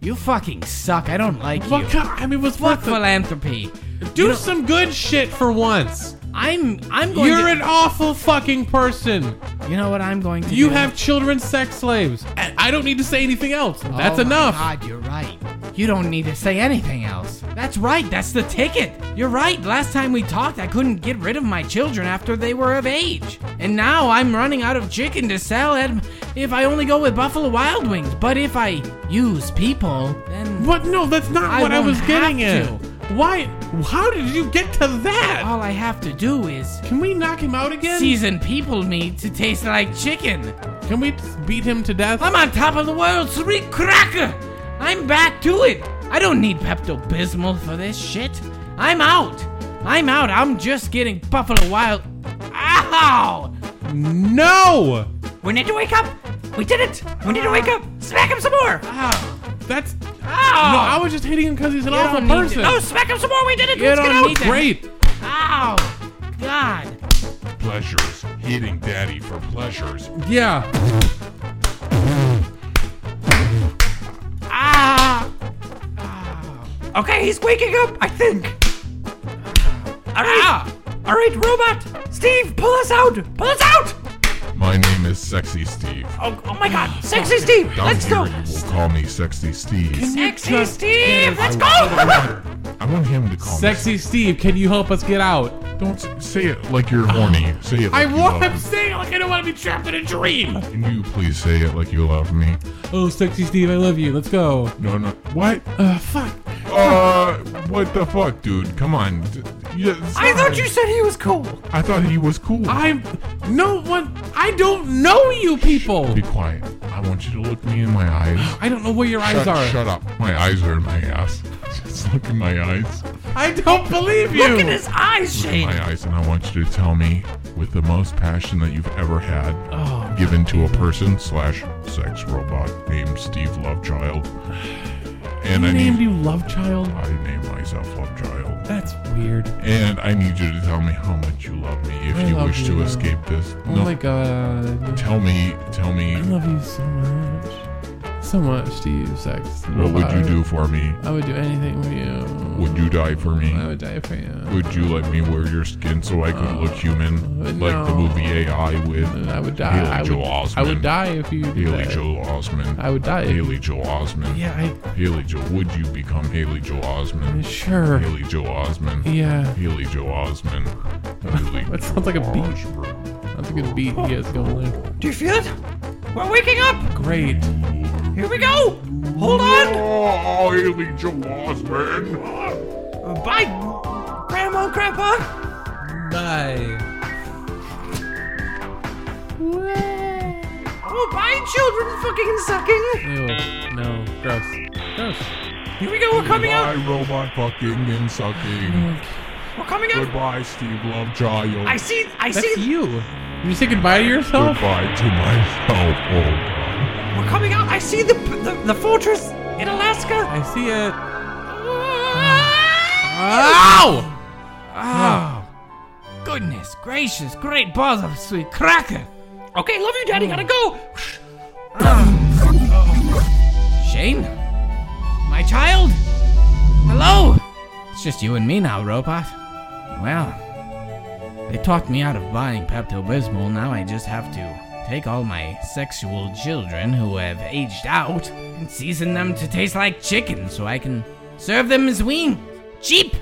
Speaker 3: you fucking suck? I don't like
Speaker 2: What?
Speaker 3: you.
Speaker 2: ki- I mean, was
Speaker 3: Fuck
Speaker 2: what? the-
Speaker 3: philanthropy.
Speaker 2: Do some good shit for once.
Speaker 3: I'm I'm going.
Speaker 2: You're
Speaker 3: to,
Speaker 2: an awful fucking person.
Speaker 3: You know what I'm going to
Speaker 2: You
Speaker 3: do?
Speaker 2: have children sex slaves. And I don't need to say anything else. That's
Speaker 3: Oh my
Speaker 2: enough.
Speaker 3: God, you're right. You don't need to say anything else. That's right. That's the ticket. You're right. Last time we talked, I couldn't get rid of my children after they were of age, and now I'm running out of chicken to sell. At if I only go with Buffalo Wild Wings, but if I use people, then
Speaker 2: What? No, that's not
Speaker 3: I
Speaker 2: what I
Speaker 3: won't
Speaker 2: was getting at.
Speaker 3: have
Speaker 2: Why? How did you get to that?
Speaker 7: Uh,
Speaker 3: all I have to do is
Speaker 2: Can we knock him out again?
Speaker 3: season people meat to taste like chicken.
Speaker 2: Can we beat him to death?
Speaker 3: I'm on top of the world, sweet cracker! I'm back to it! I don't need Pepto Bismol for this shit. I'm out! I'm out, I'm just getting Buffalo Wild. Ow!
Speaker 2: no.
Speaker 7: We need to wake up. We did it. We need to wake up. Smack him some more.
Speaker 3: Ow!
Speaker 2: That's. No, I
Speaker 7: Ah.
Speaker 3: Ow!
Speaker 2: was just hitting him because he's an
Speaker 3: You
Speaker 2: awful
Speaker 3: don't need
Speaker 2: person.
Speaker 3: to-
Speaker 7: No, smack him some more. We did it.
Speaker 3: You
Speaker 7: Let's
Speaker 3: don't
Speaker 7: get out.
Speaker 3: need to-
Speaker 2: Great.
Speaker 3: Ow! God!
Speaker 4: Pleasures. Hitting daddy for pleasures.
Speaker 2: Yeah.
Speaker 3: Ah!
Speaker 7: Okay, he's waking up. I think. All right.
Speaker 3: Ah.
Speaker 7: All right, robot. Steve, pull us out. Pull us out.
Speaker 4: My name is Sexy Steve.
Speaker 7: Oh, oh my God. Sexy Steve.
Speaker 4: Down
Speaker 7: Let's
Speaker 4: here,
Speaker 7: go.
Speaker 4: you will call me Sexy Steve.
Speaker 7: Sexy Steve. Let's
Speaker 4: I
Speaker 7: go.
Speaker 4: want, I want him to call me.
Speaker 2: Sexy Steve, can you help us get out?
Speaker 4: Don't s- say it like you're horny. Say it. Like
Speaker 2: I
Speaker 4: you
Speaker 2: want.
Speaker 4: love
Speaker 2: I'm saying it like I don't want to be trapped in a dream.
Speaker 4: me. Can you please say it like you love me?
Speaker 2: Oh, sexy Steve, I love you. Let's go.
Speaker 4: No, no. What?
Speaker 2: Uh, fuck.
Speaker 4: Uh, what the fuck, dude? Come on. D- yeah,
Speaker 7: I thought
Speaker 4: sorry.
Speaker 7: you said he was cool.
Speaker 4: I thought he was cool.
Speaker 2: I'm no one. I don't know you people.
Speaker 4: Be quiet. I want you to look me in my eyes.
Speaker 2: I don't know where your eyes
Speaker 4: shut,
Speaker 2: are.
Speaker 4: shut up. My eyes are in my ass. Just look in my eyes.
Speaker 3: I don't believe you.
Speaker 7: Look at his eyes, Shane.
Speaker 4: my eyes and I want you to tell me with the most passion that you've ever had
Speaker 7: Oh,
Speaker 4: given to a person slash sex robot named Steve Lovechild. And I
Speaker 2: named
Speaker 4: need
Speaker 2: you Love Child.
Speaker 4: I named myself Lovechild.
Speaker 2: That's weird.
Speaker 4: And I need you to tell me how much you love me if
Speaker 2: I
Speaker 4: you
Speaker 2: love
Speaker 4: wish to
Speaker 2: you.
Speaker 4: escape this.
Speaker 2: Oh my god.
Speaker 4: Tell me, tell me,
Speaker 2: I love you so much. So much, Steve. Sex.
Speaker 4: what would you do for me?
Speaker 2: I would do anything for you.
Speaker 4: Would you die for me?
Speaker 2: I would die for you.
Speaker 4: Would you let me wear your skin so I could look human,
Speaker 2: uh,
Speaker 4: like
Speaker 2: no.
Speaker 4: the
Speaker 2: Uh,
Speaker 4: movie AI with
Speaker 2: I would die.
Speaker 4: Haley
Speaker 2: I would,
Speaker 4: Joel
Speaker 2: I
Speaker 4: Osment?
Speaker 2: would die if you did
Speaker 4: Haley
Speaker 2: that.
Speaker 4: Joel Osment?
Speaker 2: I would die. if-
Speaker 4: Haley Joel Osment.
Speaker 2: Yeah,
Speaker 4: Haley Joel. Would you become Haley
Speaker 2: I,
Speaker 4: Joel Osment?
Speaker 2: sure.
Speaker 4: Haley Joel Osment.
Speaker 2: Yeah.
Speaker 4: Haley Joel Osment. Haley
Speaker 2: That sounds like a beat.
Speaker 4: Osment.
Speaker 2: That's a good beat he has going there.
Speaker 7: Do you feel it? We're waking up.
Speaker 2: Great.
Speaker 7: Here we go. Hold on.
Speaker 4: Oh, Haley Joel Osment.
Speaker 7: Bye, Grandma and Grandpa.
Speaker 3: Bye.
Speaker 7: Oh, bye, children. Fucking sucking.
Speaker 2: Ew. No. Gross. Gross.
Speaker 7: Here we go. We're coming out.
Speaker 4: Bye, robot fucking and sucking.
Speaker 7: We're coming out.
Speaker 4: Goodbye, Steve Lovechild.
Speaker 7: I see. I
Speaker 2: That's
Speaker 7: see.
Speaker 2: you. You say goodbye to yourself?
Speaker 4: Goodbye to myself. Oh, God.
Speaker 7: We're coming out. I see the the, the fortress in Alaska.
Speaker 2: I see it.
Speaker 3: Ow! Ow! Goodness gracious, great balls of sweet cracker.
Speaker 7: Okay, love you, Daddy. Gotta go.
Speaker 3: Shane? My child? Hello? It's just you and me now, robot. Well, they talked me out of buying Pepto Bismol. Now I just have to take all my sexual children who have aged out and season them to taste like chicken so I can serve them as wings. Cheap!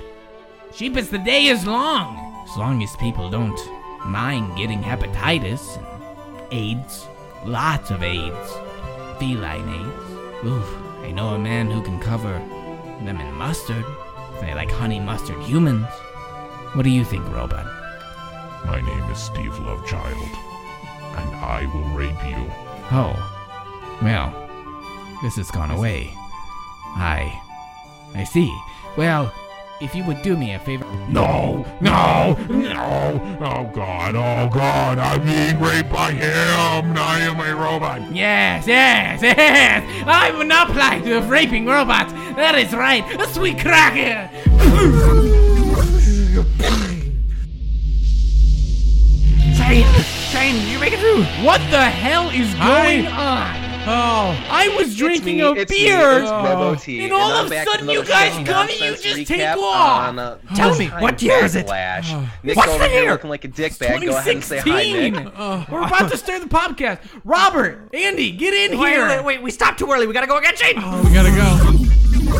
Speaker 3: Cheap as the day is long. As long as people don't mind getting hepatitis and AIDS. Lots of AIDS feline eggs. Oof, I know a man who can cover them in mustard. They like honey mustard humans. What do you think, robot?
Speaker 4: My name is Steve Lovechild, and I will rape you.
Speaker 3: Oh, well, this has gone away. I, I see. Well, if you would do me a favor,
Speaker 4: No, no, no! Oh God, oh God! I'm being raped by him. I am a robot.
Speaker 3: Yes, yes, yes! I'm an upline of raping robots! That is right! A sweet cracker!
Speaker 7: Shane, Shane, you make it through.
Speaker 3: What the hell is
Speaker 2: Hi.
Speaker 3: going on?
Speaker 2: Oh.
Speaker 3: I was drinking
Speaker 8: it's me,
Speaker 3: a
Speaker 8: it's
Speaker 3: beer!
Speaker 8: Me, it's
Speaker 7: Oh.
Speaker 8: Robo T,
Speaker 3: And all
Speaker 8: I'm
Speaker 3: of a
Speaker 8: back with
Speaker 3: sudden you
Speaker 8: another
Speaker 3: guys
Speaker 8: Shane
Speaker 3: come and you
Speaker 8: Nonsense
Speaker 3: just
Speaker 8: recap
Speaker 3: take off.
Speaker 8: on, uh,
Speaker 7: Tell
Speaker 8: Time
Speaker 7: me, what year is it?
Speaker 8: Backlash. Nick's
Speaker 7: What's
Speaker 8: over
Speaker 7: the
Speaker 8: here
Speaker 7: year?
Speaker 8: looking like a dickbag. Go ahead and say hi, Nick.
Speaker 3: We're about to stir the podcast. Robert, Andy, get in
Speaker 7: Wait,
Speaker 3: here.
Speaker 7: wait, wait. We stopped too early. We gotta go again, Shane.
Speaker 2: We gotta go.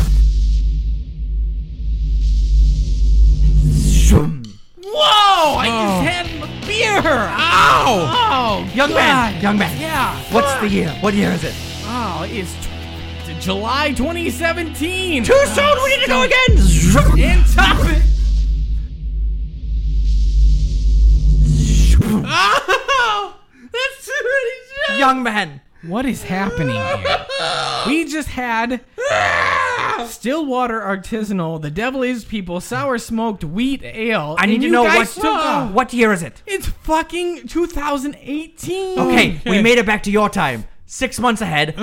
Speaker 3: Whoa! I just had a beer. Ow! Oh,
Speaker 6: Young man, young man.
Speaker 3: Yeah.
Speaker 6: What's the year? What year is it?
Speaker 3: Oh, it's t- t- July 2017.
Speaker 7: Too soon. We need to go again.
Speaker 3: And top it. Ow! That's too many shots.
Speaker 6: Young man.
Speaker 3: What is happening here? We just had Stillwater Artisanal, The Devil Is People, Sour Smoked Wheat Ale.
Speaker 7: I need
Speaker 3: and
Speaker 7: to
Speaker 3: you
Speaker 7: know what.
Speaker 3: guys took off.
Speaker 7: What year is it?
Speaker 3: It's fucking 2018.
Speaker 6: Okay, we made it back to your time. Six months ahead.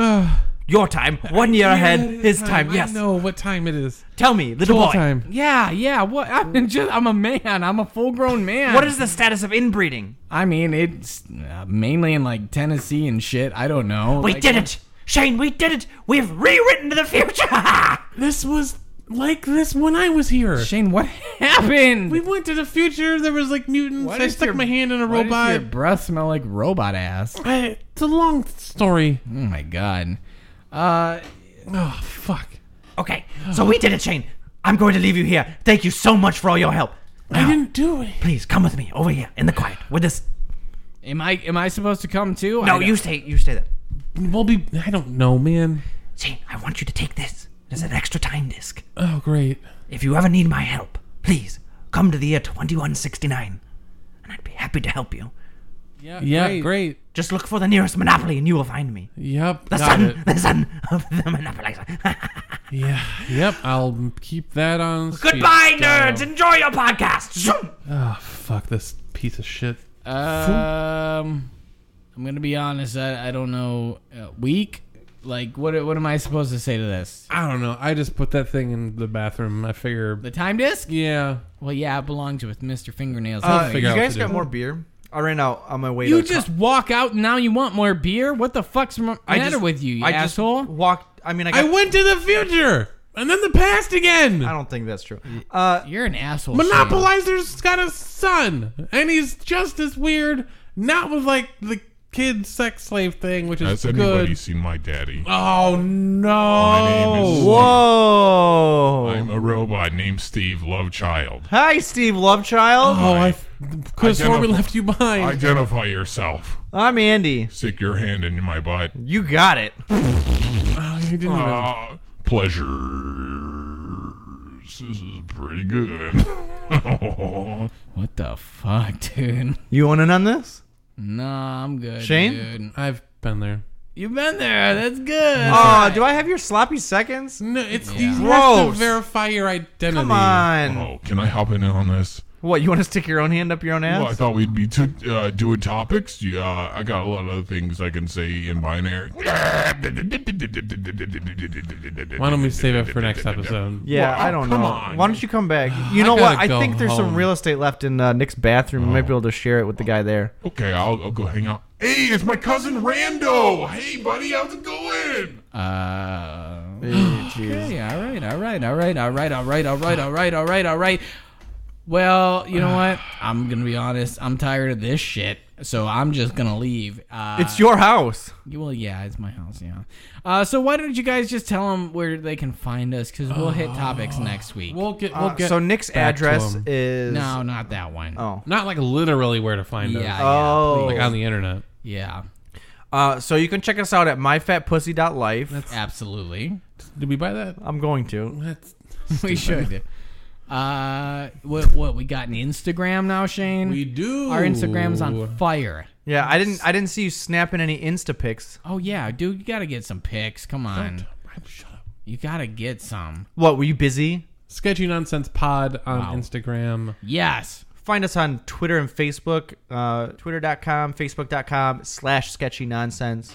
Speaker 6: your time. One year ahead. His time.
Speaker 2: I
Speaker 6: Yes.
Speaker 2: know what time it is.
Speaker 6: Tell me, little
Speaker 2: Full
Speaker 6: boy.
Speaker 2: time.
Speaker 3: Yeah, yeah. What? I'm just. I'm a man. I'm a full-grown man.
Speaker 6: What is the status of inbreeding?
Speaker 3: I mean, it's uh, mainly in like Tennessee and shit. I don't know.
Speaker 7: We
Speaker 3: Like-
Speaker 7: did it, Shane. We did it. We've rewritten the future.
Speaker 2: This was like this when I was here.
Speaker 3: Shane, what happened?
Speaker 2: We went to the future. There was like mutants.
Speaker 3: Why
Speaker 2: I
Speaker 3: does
Speaker 2: stuck
Speaker 3: your-
Speaker 2: my hand in a
Speaker 3: Why does
Speaker 2: robot.
Speaker 3: your breath smell like robot ass. Oh
Speaker 2: I- it's a long story.
Speaker 3: my god. Uh,
Speaker 2: Oh fuck.
Speaker 6: Okay, so we did it, Shane. I'm going to leave you here. Thank you so much for all your help.
Speaker 2: I didn't do it.
Speaker 6: Please come with me over here in the quiet with this.
Speaker 3: am I am I supposed to come too?
Speaker 6: No,
Speaker 3: I-
Speaker 6: you stay. You stay there.
Speaker 2: We'll be. I don't know, man.
Speaker 6: Shane, I want you to take this. There's an extra time disc.
Speaker 2: Oh great.
Speaker 6: If you ever need my help, please come to the year 2169, and I'd be happy to help you.
Speaker 2: Yeah,
Speaker 3: great.
Speaker 2: great.
Speaker 6: Just look for the nearest monopoly, and you will find me.
Speaker 2: Yep.
Speaker 6: The
Speaker 2: got
Speaker 6: son,
Speaker 2: it.
Speaker 6: the son of the monopolizer.
Speaker 2: Yeah. Yep. I'll keep that on. speed
Speaker 7: Goodbye,
Speaker 2: dial.
Speaker 7: nerds. Enjoy your podcast. Zoom.
Speaker 2: Ah, fuck this piece of shit.
Speaker 3: Um, I'm gonna be honest. I, I don't know. Uh, weak. Like what? What am I supposed to say to this?
Speaker 2: I don't know. I just put that thing in the bathroom. I figure.
Speaker 3: The time disc?
Speaker 2: Yeah.
Speaker 3: Well, yeah, it belonged with Mr. Fingernails.
Speaker 1: Uh, you
Speaker 2: figure out what
Speaker 1: guys
Speaker 2: to
Speaker 1: got
Speaker 2: do.
Speaker 1: more beer? I ran out on my way.
Speaker 3: you
Speaker 1: to
Speaker 3: just walk out and now you want more beer? What the fuck's the matter
Speaker 1: I just-
Speaker 3: with you, you
Speaker 1: I just
Speaker 3: asshole?
Speaker 1: walked. I mean, I, got,
Speaker 2: I went to the future and then the past again.
Speaker 1: I don't think that's true. Uh,
Speaker 3: You're an asshole. Shane.
Speaker 2: Monopolizer's got a son, and he's just as weird. Not with like the kid sex slave thing, which is
Speaker 4: Has
Speaker 2: good.
Speaker 4: anybody seen my daddy?
Speaker 2: Oh
Speaker 4: My name is-
Speaker 2: no!
Speaker 1: whoa!
Speaker 4: I'm a robot named Steve Lovechild.
Speaker 1: Hi, Steve Lovechild.
Speaker 2: Oh, I, Chris
Speaker 4: Identify-
Speaker 2: Foreman left you behind.
Speaker 4: Identify yourself.
Speaker 1: I'm Andy.
Speaker 4: Stick your hand in my butt.
Speaker 1: You got it.
Speaker 2: Oh, you didn't even-
Speaker 4: Ah, pleasures. This is pretty good. Oh,
Speaker 3: What the fuck, dude?
Speaker 1: You want in on this?
Speaker 3: Nah, I'm good.
Speaker 1: Shane?
Speaker 3: dude.
Speaker 2: I've been there.
Speaker 3: You've been there. That's good.
Speaker 1: Oh, do I have your sloppy seconds?
Speaker 2: No, it's you have
Speaker 1: Gross.
Speaker 2: to verify your identity.
Speaker 1: Come on.
Speaker 4: oh, can I hop in on this?
Speaker 1: What? You want to stick your own hand up your own ass?
Speaker 4: Well, I thought we'd be t- uh, doing topics. Yeah, I got a lot of things I can say in binary.
Speaker 2: Why
Speaker 4: Why
Speaker 2: don't we save it for next episode?
Speaker 1: Yeah,
Speaker 4: Well,
Speaker 1: I don't
Speaker 4: come
Speaker 1: know.
Speaker 4: on.
Speaker 1: Why don't you come back? You know what?
Speaker 2: gotta
Speaker 1: I
Speaker 2: go
Speaker 1: think there's some
Speaker 2: home.
Speaker 1: real estate left in uh, Nick's bathroom. We might be able to share it with the guy there.
Speaker 4: Okay, I'll, I'll go hang out. Hey, it's my cousin Rando. Hey, buddy, how's it going?
Speaker 3: Uh,
Speaker 1: Jeez.
Speaker 3: okay, all right, all right, all right, all right, all right, all right, all right, all right, all right. Well, you know what? I'm gonna be honest. I'm tired of this shit, so I'm just gonna leave. Uh,
Speaker 1: it's your house.
Speaker 3: Well, yeah, it's my house, yeah. Uh, so why don't you guys just tell them where they can find us? Because we'll hit topics next week.
Speaker 2: We'll get. We'll
Speaker 1: Uh,
Speaker 2: get
Speaker 1: so Nick's
Speaker 2: back to
Speaker 1: address
Speaker 2: 'em.
Speaker 1: is
Speaker 3: no, not that one.
Speaker 1: Oh.
Speaker 2: not like literally where to find
Speaker 3: yeah,
Speaker 2: us.
Speaker 3: yeah,
Speaker 1: Oh.
Speaker 2: like on the internet.
Speaker 3: yeah,
Speaker 1: Uh, so you can check us out at myfatpussy.life.
Speaker 3: absolutely.
Speaker 2: Did we buy that?
Speaker 1: I'm going to.
Speaker 2: That's,
Speaker 3: we should. Uh, what what we got an Instagram now, Shane?
Speaker 2: we do.
Speaker 3: Our Instagram's on fire.
Speaker 1: Yeah, I didn't. I didn't see you snapping any Insta pics.
Speaker 3: Oh yeah, dude, you gotta get some pics. Come on,
Speaker 2: Shut up.
Speaker 3: you gotta get some.
Speaker 1: What were you busy?
Speaker 2: Sketchy Nonsense Pod on Instagram.
Speaker 3: Yes.
Speaker 1: Find us on Twitter and Facebook. Uh, Twitter.com, Facebook.com slash sketchy nonsense.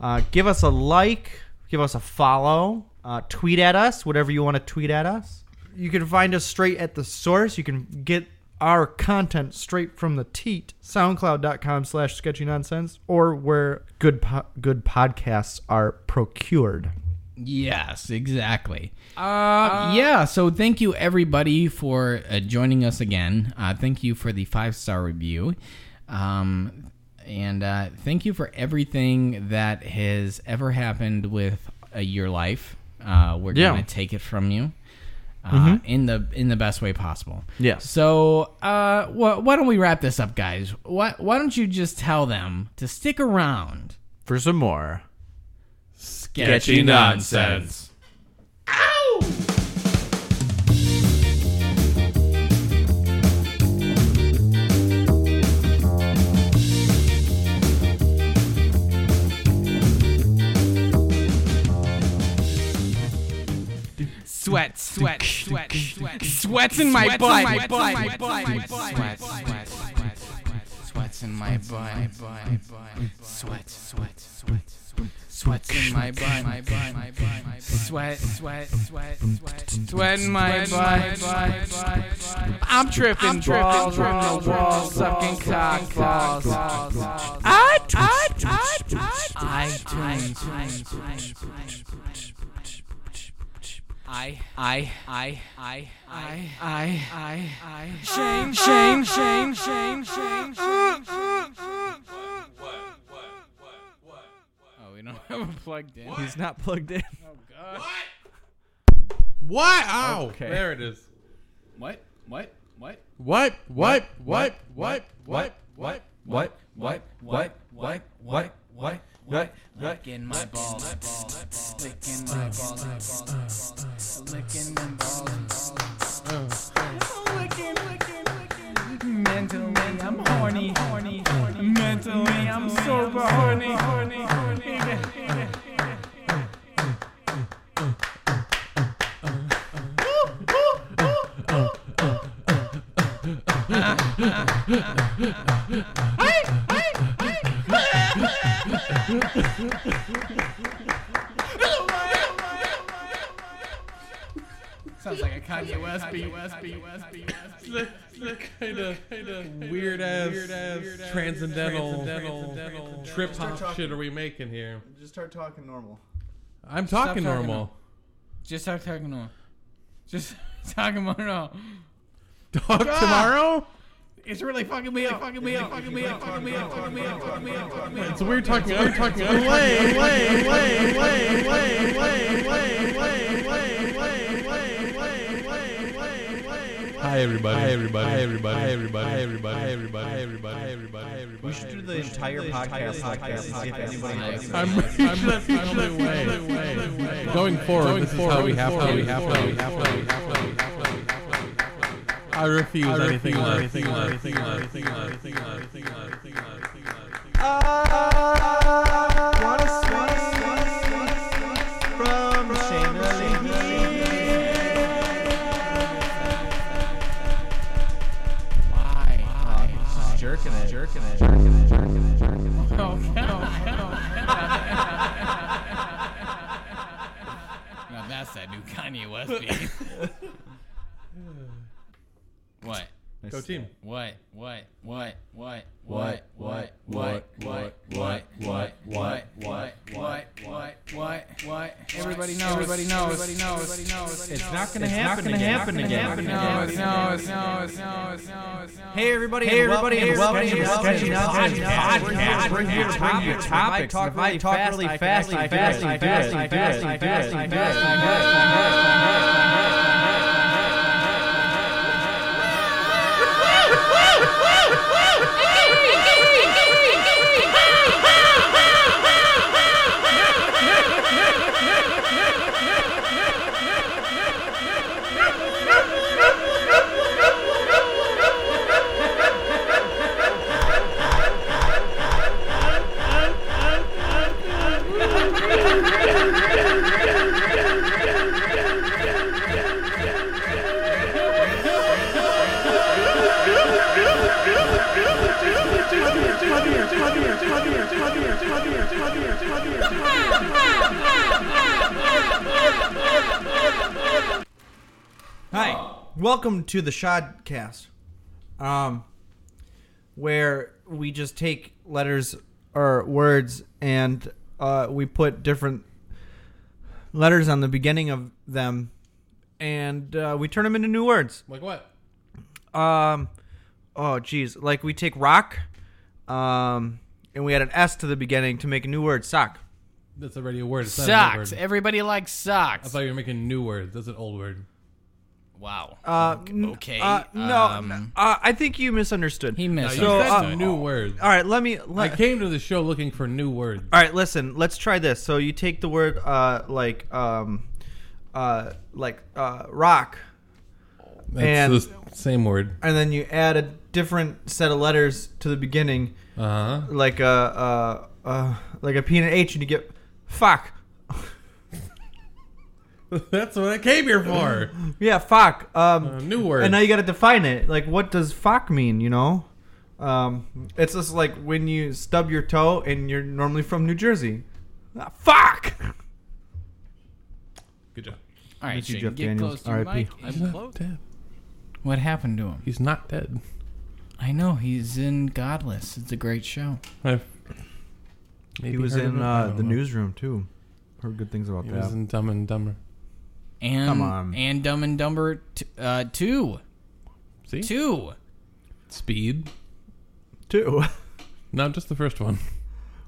Speaker 1: Uh, give us a like. Give us a follow. Uh, tweet at us. Whatever you want to tweet at us. You can find us straight at the source. You can get our content straight from the teat. SoundCloud.com slash sketchy nonsense or where good po- good podcasts are procured.
Speaker 3: Yes, exactly. Uh, yeah, so thank you everybody for uh, joining us again. Uh, thank you for the five star review. Um, and uh, thank you for everything that has ever happened with uh, your life. Uh, we're
Speaker 1: Yeah.
Speaker 3: going to take it from you. Uh, In the in the best way possible.
Speaker 1: Yes.
Speaker 3: So, uh, wh- why don't we wrap this up, guys? Why why don't you just tell them to stick around?
Speaker 1: For some more.
Speaker 3: Sketchy nonsense. Sweat, sweat, sweat, sweat, sweats in my butt, my butt, my butt, my butt, sweat, sweat, sweat, sweats in my butt, sweat, sweat, sweat, sweats in my butt, my butt, my butt, sweat, sweat, sweat, sweat, sweat in my butt. I'm tripping, balls on the wall, sucking cock balls. I, I, I, I, iTunes. I I I I I I I I Shane Shane Shane Shane Shane Shane Oh, we don't have it plugged in.
Speaker 1: He's not plugged in.
Speaker 2: What? Ow. There it is.
Speaker 3: What? What? What?
Speaker 2: What? What? What? What? What? What? What?
Speaker 7: What? What? What? What? What? What? What?
Speaker 3: Licking my balls. Licking my balls. Licking my balls. Licking, licking, licking. Mentally, I'm horny. Horny, horny. Mentally, I'm super horny. Horny, horny. Sounds like a Kanye West beat. West beat. West beat.
Speaker 2: kind of weird ass, transcendental, trip hop shit are we making here?
Speaker 1: Just start talking normal.
Speaker 2: I'm talking
Speaker 3: talking
Speaker 2: normal.
Speaker 3: Just start talking on. Just talking on. No.
Speaker 2: Talk tomorrow?
Speaker 3: It's really fucking me up. Fucking me up. Fucking me up. Fucking me up. Fucking me up. Fucking me up. Fucking me up.
Speaker 2: It's a weird talking. I'm talking. I'm
Speaker 1: Way,
Speaker 2: talking-
Speaker 1: way, way, way, way, way, way, way, way, way, way, way, way, way, way, way.
Speaker 2: Hi everybody. Hi everybody. Hi everybody. Hi everybody. Hi everybody. Hi everybody. Hi everybody. Hi everybody. Hi everybody.
Speaker 6: We should do the entire podcast, podcast, and see if anybody likes
Speaker 2: I'm, I'm, I'm way, way, way, way. Going forward, this is how we have to. We have to. We have to. We have to. I refuse anything less. Anything less. Anything less. Anything less. Anything less. Anything less. Anything less. Anything less.
Speaker 6: Jerking it, jerking it, jerking it, jerking it, jerking it.
Speaker 3: Oh, Now that's that new Kanye West beat. what?
Speaker 2: Go team.
Speaker 3: What? What? What? What? What? What? What? What? What? What? What? What? What? What? What? What? Everybody knows. Everybody knows. Everybody knows. Everybody knows. It's not
Speaker 6: It's not gonna happen again.
Speaker 3: knows. Knows. Knows. Knows. Knows.
Speaker 6: Hey everybody! Hey everybody! And welcome to Sketching Up Podcast. We're here to bring you topics. If I talk really fast, I fast, I fast, I fast, I fast, I
Speaker 1: Hi, welcome to the Shodcast, um, where we just take letters or words and uh, we put different letters on the beginning of them, and uh, we turn them into new words.
Speaker 2: Like what?
Speaker 1: Um, oh geez, like we take rock, um, and we add an S to the beginning to make a new word, sock.
Speaker 2: That's already a word. It's not a new
Speaker 3: Socks.
Speaker 2: word.
Speaker 3: Everybody likes
Speaker 2: I
Speaker 3: socks.
Speaker 2: thought you were making new words. That's an old word.
Speaker 3: Wow.
Speaker 1: Uh, n-
Speaker 3: Okay,
Speaker 1: Uh, no,
Speaker 3: um,
Speaker 1: uh, I think you misunderstood.
Speaker 3: He missed.
Speaker 1: So,
Speaker 2: you said
Speaker 1: uh,
Speaker 2: new words.
Speaker 1: All right, let me.
Speaker 2: I
Speaker 1: Let,
Speaker 2: came to the show looking for new words.
Speaker 1: All right, listen. Let's try this. So you take the word uh, like um, uh, like uh, rock,
Speaker 2: That's
Speaker 1: And-
Speaker 2: the s- same word.
Speaker 1: and then you add a different set of letters to the beginning,
Speaker 2: Uh huh.
Speaker 1: like a uh, uh, like a P and an H, and you get fuck.
Speaker 2: That's what I came here for.
Speaker 1: Yeah, fuck. Um,
Speaker 2: A new word.
Speaker 1: and now you got to define it. Like, what does fuck mean? You know, um, it's just like when you stub your toe, and you're normally from New Jersey. Ah, fuck.
Speaker 2: Good job.
Speaker 3: All right,
Speaker 1: you,
Speaker 3: Shane,
Speaker 1: Jeff
Speaker 3: get
Speaker 1: Daniels,
Speaker 3: close to your
Speaker 1: R.I.P..
Speaker 3: mic. I'm close.
Speaker 2: dead.
Speaker 3: What happened to him?
Speaker 2: He's not dead.
Speaker 3: I know he's in Godless. It's a great show.
Speaker 2: I've
Speaker 1: He
Speaker 2: maybe
Speaker 1: was
Speaker 2: heard of
Speaker 1: in
Speaker 2: him. I
Speaker 1: uh,
Speaker 2: don't
Speaker 1: the
Speaker 2: know.
Speaker 1: newsroom too. Heard good things about
Speaker 2: He
Speaker 1: that.
Speaker 2: was in Dumb and Dumber.
Speaker 3: And
Speaker 1: Come on.
Speaker 3: and Dumb and Dumber t- uh, two,
Speaker 2: See,
Speaker 3: two.
Speaker 2: Speed.
Speaker 1: too.
Speaker 2: Not just the first one.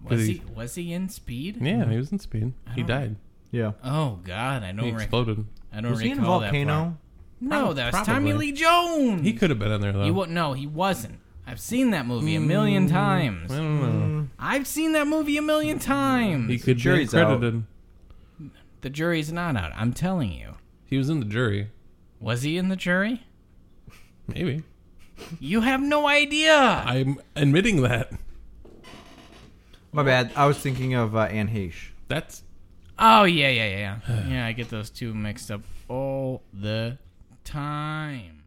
Speaker 3: Was
Speaker 2: he-
Speaker 3: he was he in Speed?
Speaker 2: Yeah, he was in Speed. He died.
Speaker 1: yeah.
Speaker 3: Oh God,
Speaker 2: He
Speaker 3: I don't. Rec-
Speaker 2: exploded.
Speaker 3: I don't
Speaker 1: Was he in
Speaker 3: recall that part.
Speaker 1: Volcano?
Speaker 3: No, that was
Speaker 2: Probably.
Speaker 3: Tommy Lee Jones.
Speaker 2: He could have been in there though.
Speaker 3: He Mm. wa- no, he wasn't. I've seen that movie a million times.
Speaker 2: I
Speaker 1: Mm.
Speaker 2: don't know.
Speaker 3: I've seen that movie a million times.
Speaker 2: He could be
Speaker 1: jury's out.
Speaker 2: credited.
Speaker 3: the jury's not out. I'm telling you.
Speaker 2: He was in the jury.
Speaker 3: Was he in the jury?
Speaker 2: Maybe.
Speaker 3: You have no idea.
Speaker 2: I'm admitting that.
Speaker 1: My bad. I was thinking of uh, Anne Heche.
Speaker 2: That's
Speaker 3: Oh yeah, yeah, yeah, yeah. yeah, I get those two mixed up all the time.